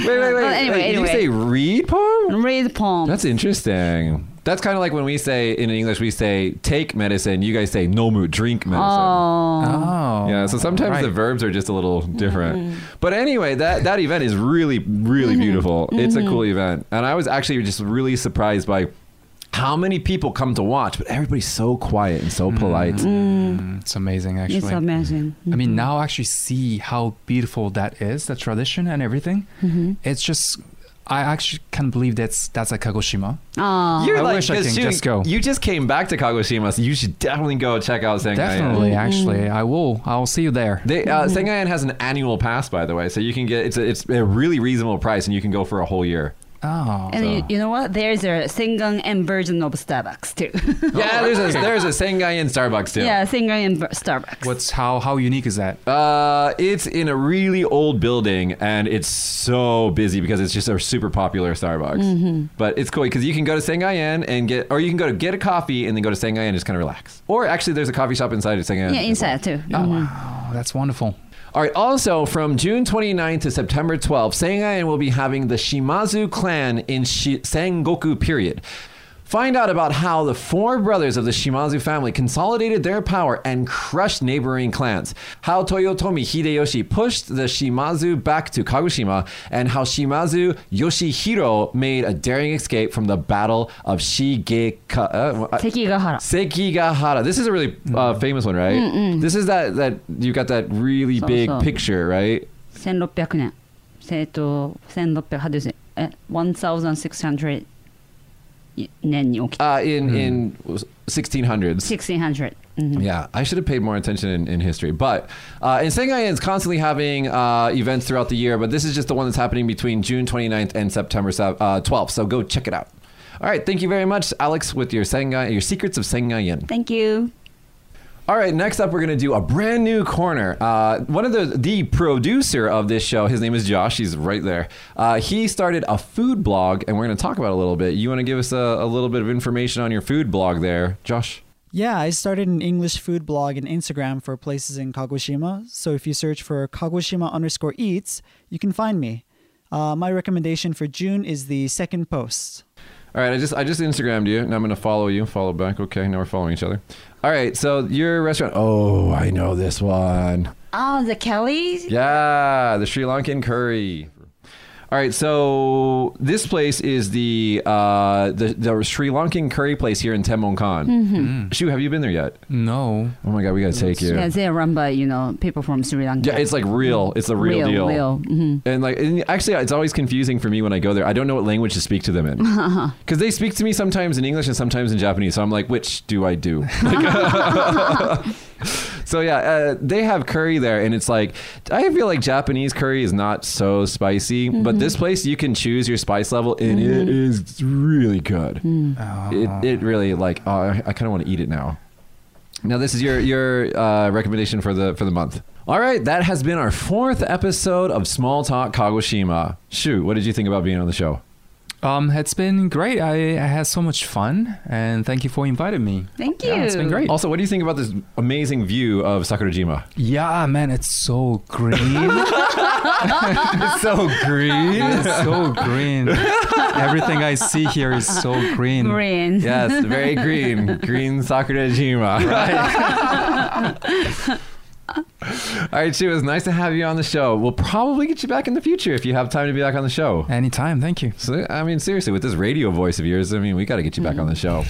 S2: wait.
S3: Well, anyway,
S2: Did you
S3: anyway.
S2: say read poem?
S3: Read poem.
S2: Mm. That's interesting. That's kind of like when we say in English, we say take medicine. You guys say nomu, drink medicine.
S3: oh.
S1: Oh.
S2: Yeah, so sometimes
S1: right.
S2: the verbs are just a little different. But anyway, that, that event is really, really beautiful. It's a cool event. And I was actually just really surprised by how many people come to watch, but everybody's so quiet and so polite.
S1: Mm, it's amazing, actually.
S3: It's amazing.
S1: I mean, now I actually see how beautiful that is, the tradition and everything.
S3: Mm-hmm.
S1: It's just, I actually can't believe that's that's like Kagoshima.
S3: Ah.
S2: You're
S1: I
S2: like,
S1: wish I
S2: 'cause
S1: can
S2: you,
S1: just go.
S2: You just came back to Kagoshima, so you should definitely go check out Sengayan.
S1: Definitely, actually, I will. I will see you there.
S2: They, uh,
S3: Mm-hmm.
S2: Sengayan has an annual pass, by the way, so you can get it's a, it's a really reasonable price, and you can go for a whole year.
S1: Oh,
S3: and you, you know what? There's a Sengang and version of Starbucks too.
S2: yeah, there's a there's a Sengayan Starbucks too.
S3: Oh, yeah, Sengang and ver- Starbucks.
S1: what's how how unique is that?
S2: Uh, it's in a really old building, and it's so busy because it's just a super popular Starbucks.
S3: Mm-hmm.
S2: But it's cool because you can go to Sengayan and get, or you can go to get a coffee and then go to Sengayan and just kind of relax. Or actually, there's a coffee shop inside of Sengayan.
S3: Yeah,
S2: as well.
S3: inside too.
S2: Ah,
S3: Mm-hmm.
S1: Oh, wow, that's wonderful.
S2: All right. Also, from June 29th to September 12th, Sengayan will be having the Shimazu clan in Shi- Sengoku period. Find out about how the four brothers of the Shimazu family consolidated their power and crushed neighboring clans, how Toyotomi Hideyoshi pushed the Shimazu back to Kagoshima, and how Shimazu Yoshihiro made a daring escape from the Battle of Shigeka. uh, I-
S3: Sekigahara.
S2: Sekigahara. This is a really uh, famous one, right? This is that that you got that really
S3: So,
S2: big
S3: so.
S2: picture, right?
S3: 1600年。えっと、1600、how do you say? え、1600年に起きた。
S2: Uh, in in 1600s.
S3: 1600。うん。
S2: Yeah, I should have paid more attention in, in history. But uh, and Sengai is constantly having uh, events throughout the year, but this is just the one that's happening between June 29th and September sev- uh, 12th. So go check it out. All right, thank you very much, Alex, with your Sengai, your secrets of Sengayen.
S3: Thank you.
S2: All right, next up, we're going to do a brand new corner. Uh, one of the the producer of this show, his name is Josh. He's right there. Uh, he started a food blog, and we're going to talk about it a little bit. You want to give us a, a little bit of information on your food blog there, Josh?
S7: Yeah, I started an English food blog and Instagram for places in Kagoshima. So if you search for Kagoshima underscore eats, you can find me. Uh, my recommendation for June is the second post.
S2: All right, I just I just Instagrammed you, and I'm going to follow you. Follow back. Okay, now we're following each other. All right, so your restaurant. Oh, I know this one.
S3: Oh, the Kelly?
S2: Yeah, the Sri Lankan curry. All right, so this place is the uh, the, the Sri Lankan curry place here in Temongkan. Shu, have you been there yet?
S1: No,
S2: Oh my god, we gotta take you.
S3: Yeah, they run by, you know, people from Sri Lanka.
S2: Yeah, it's like real. It's the real,
S3: real,
S2: deal.
S3: real. Mhm.
S2: And like, and actually, it's always confusing for me when I go there. I don't know what language to speak to them in because they speak to me sometimes in English and sometimes in Japanese. So I'm like, which do I do? so yeah, uh, they have curry there, and it's like I feel like Japanese curry is not so spicy, but this place you can choose your spice level, and it is really good. It it really like oh, I, I kind of want to eat it now. Now this is your your uh, recommendation for the for the month. All right, that has been our fourth episode of Small Talk Kagoshima. Shoot, what did you think about being on the show?
S1: um, it's been great. I, I had so much fun, and thank you for inviting me.
S3: Thank you.
S1: Yeah, it's been great.
S2: Also, what do you think about this amazing view of Sakurajima?
S1: Yeah, man, it's so green.
S2: It's so green.
S1: it's so green. Everything I see here is so green.
S3: Green.
S2: yes, very green. Green Sakurajima. All right, Shu, it was nice to have you on the show. We'll probably get you back in the future if you have time to be back on the show.
S1: Anytime, thank you.
S2: So, I mean, seriously, with this radio voice of yours, I mean, we got to get you back on the show. All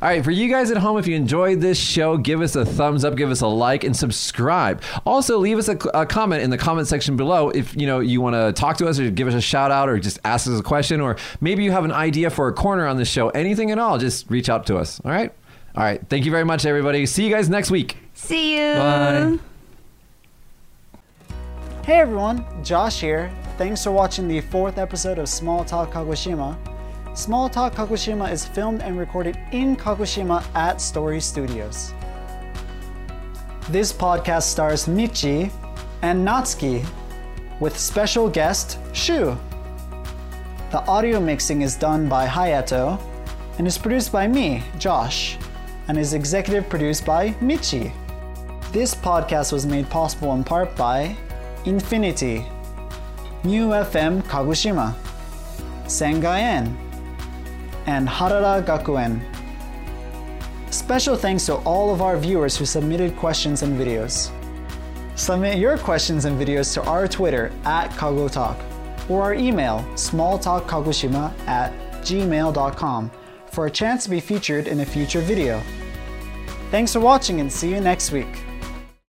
S2: right, for you guys at home, if you enjoyed this show, give us a thumbs up, give us a like, and subscribe. Also, leave us a, a comment in the comment section below if you know you want to talk to us or give us a shout out or just ask us a question or maybe you have an idea for a corner on this show. Anything at all, just reach out to us. All right. All right. Thank you very much, everybody. See you guys next week.
S3: See you.
S1: Bye.
S7: Hey everyone, Josh here. Thanks for watching the fourth episode of Small Talk Kagoshima. Small Talk Kagoshima is filmed and recorded in Kagoshima at Story Studios. This podcast stars Michi and Natsuki with special guest Shu. The audio mixing is done by Hayato and is produced by me, Josh, and is executive produced by Michi. This podcast was made possible in part by Infinity, New FM Kagoshima, Sengayen, and Harada Gakuen. Special thanks to all of our viewers who submitted questions and videos. Submit your questions and videos to our Twitter at KagoTalk or our email smalltalkkagoshima at gmail.com for a chance to be featured in a future video. Thanks for watching and see you next week.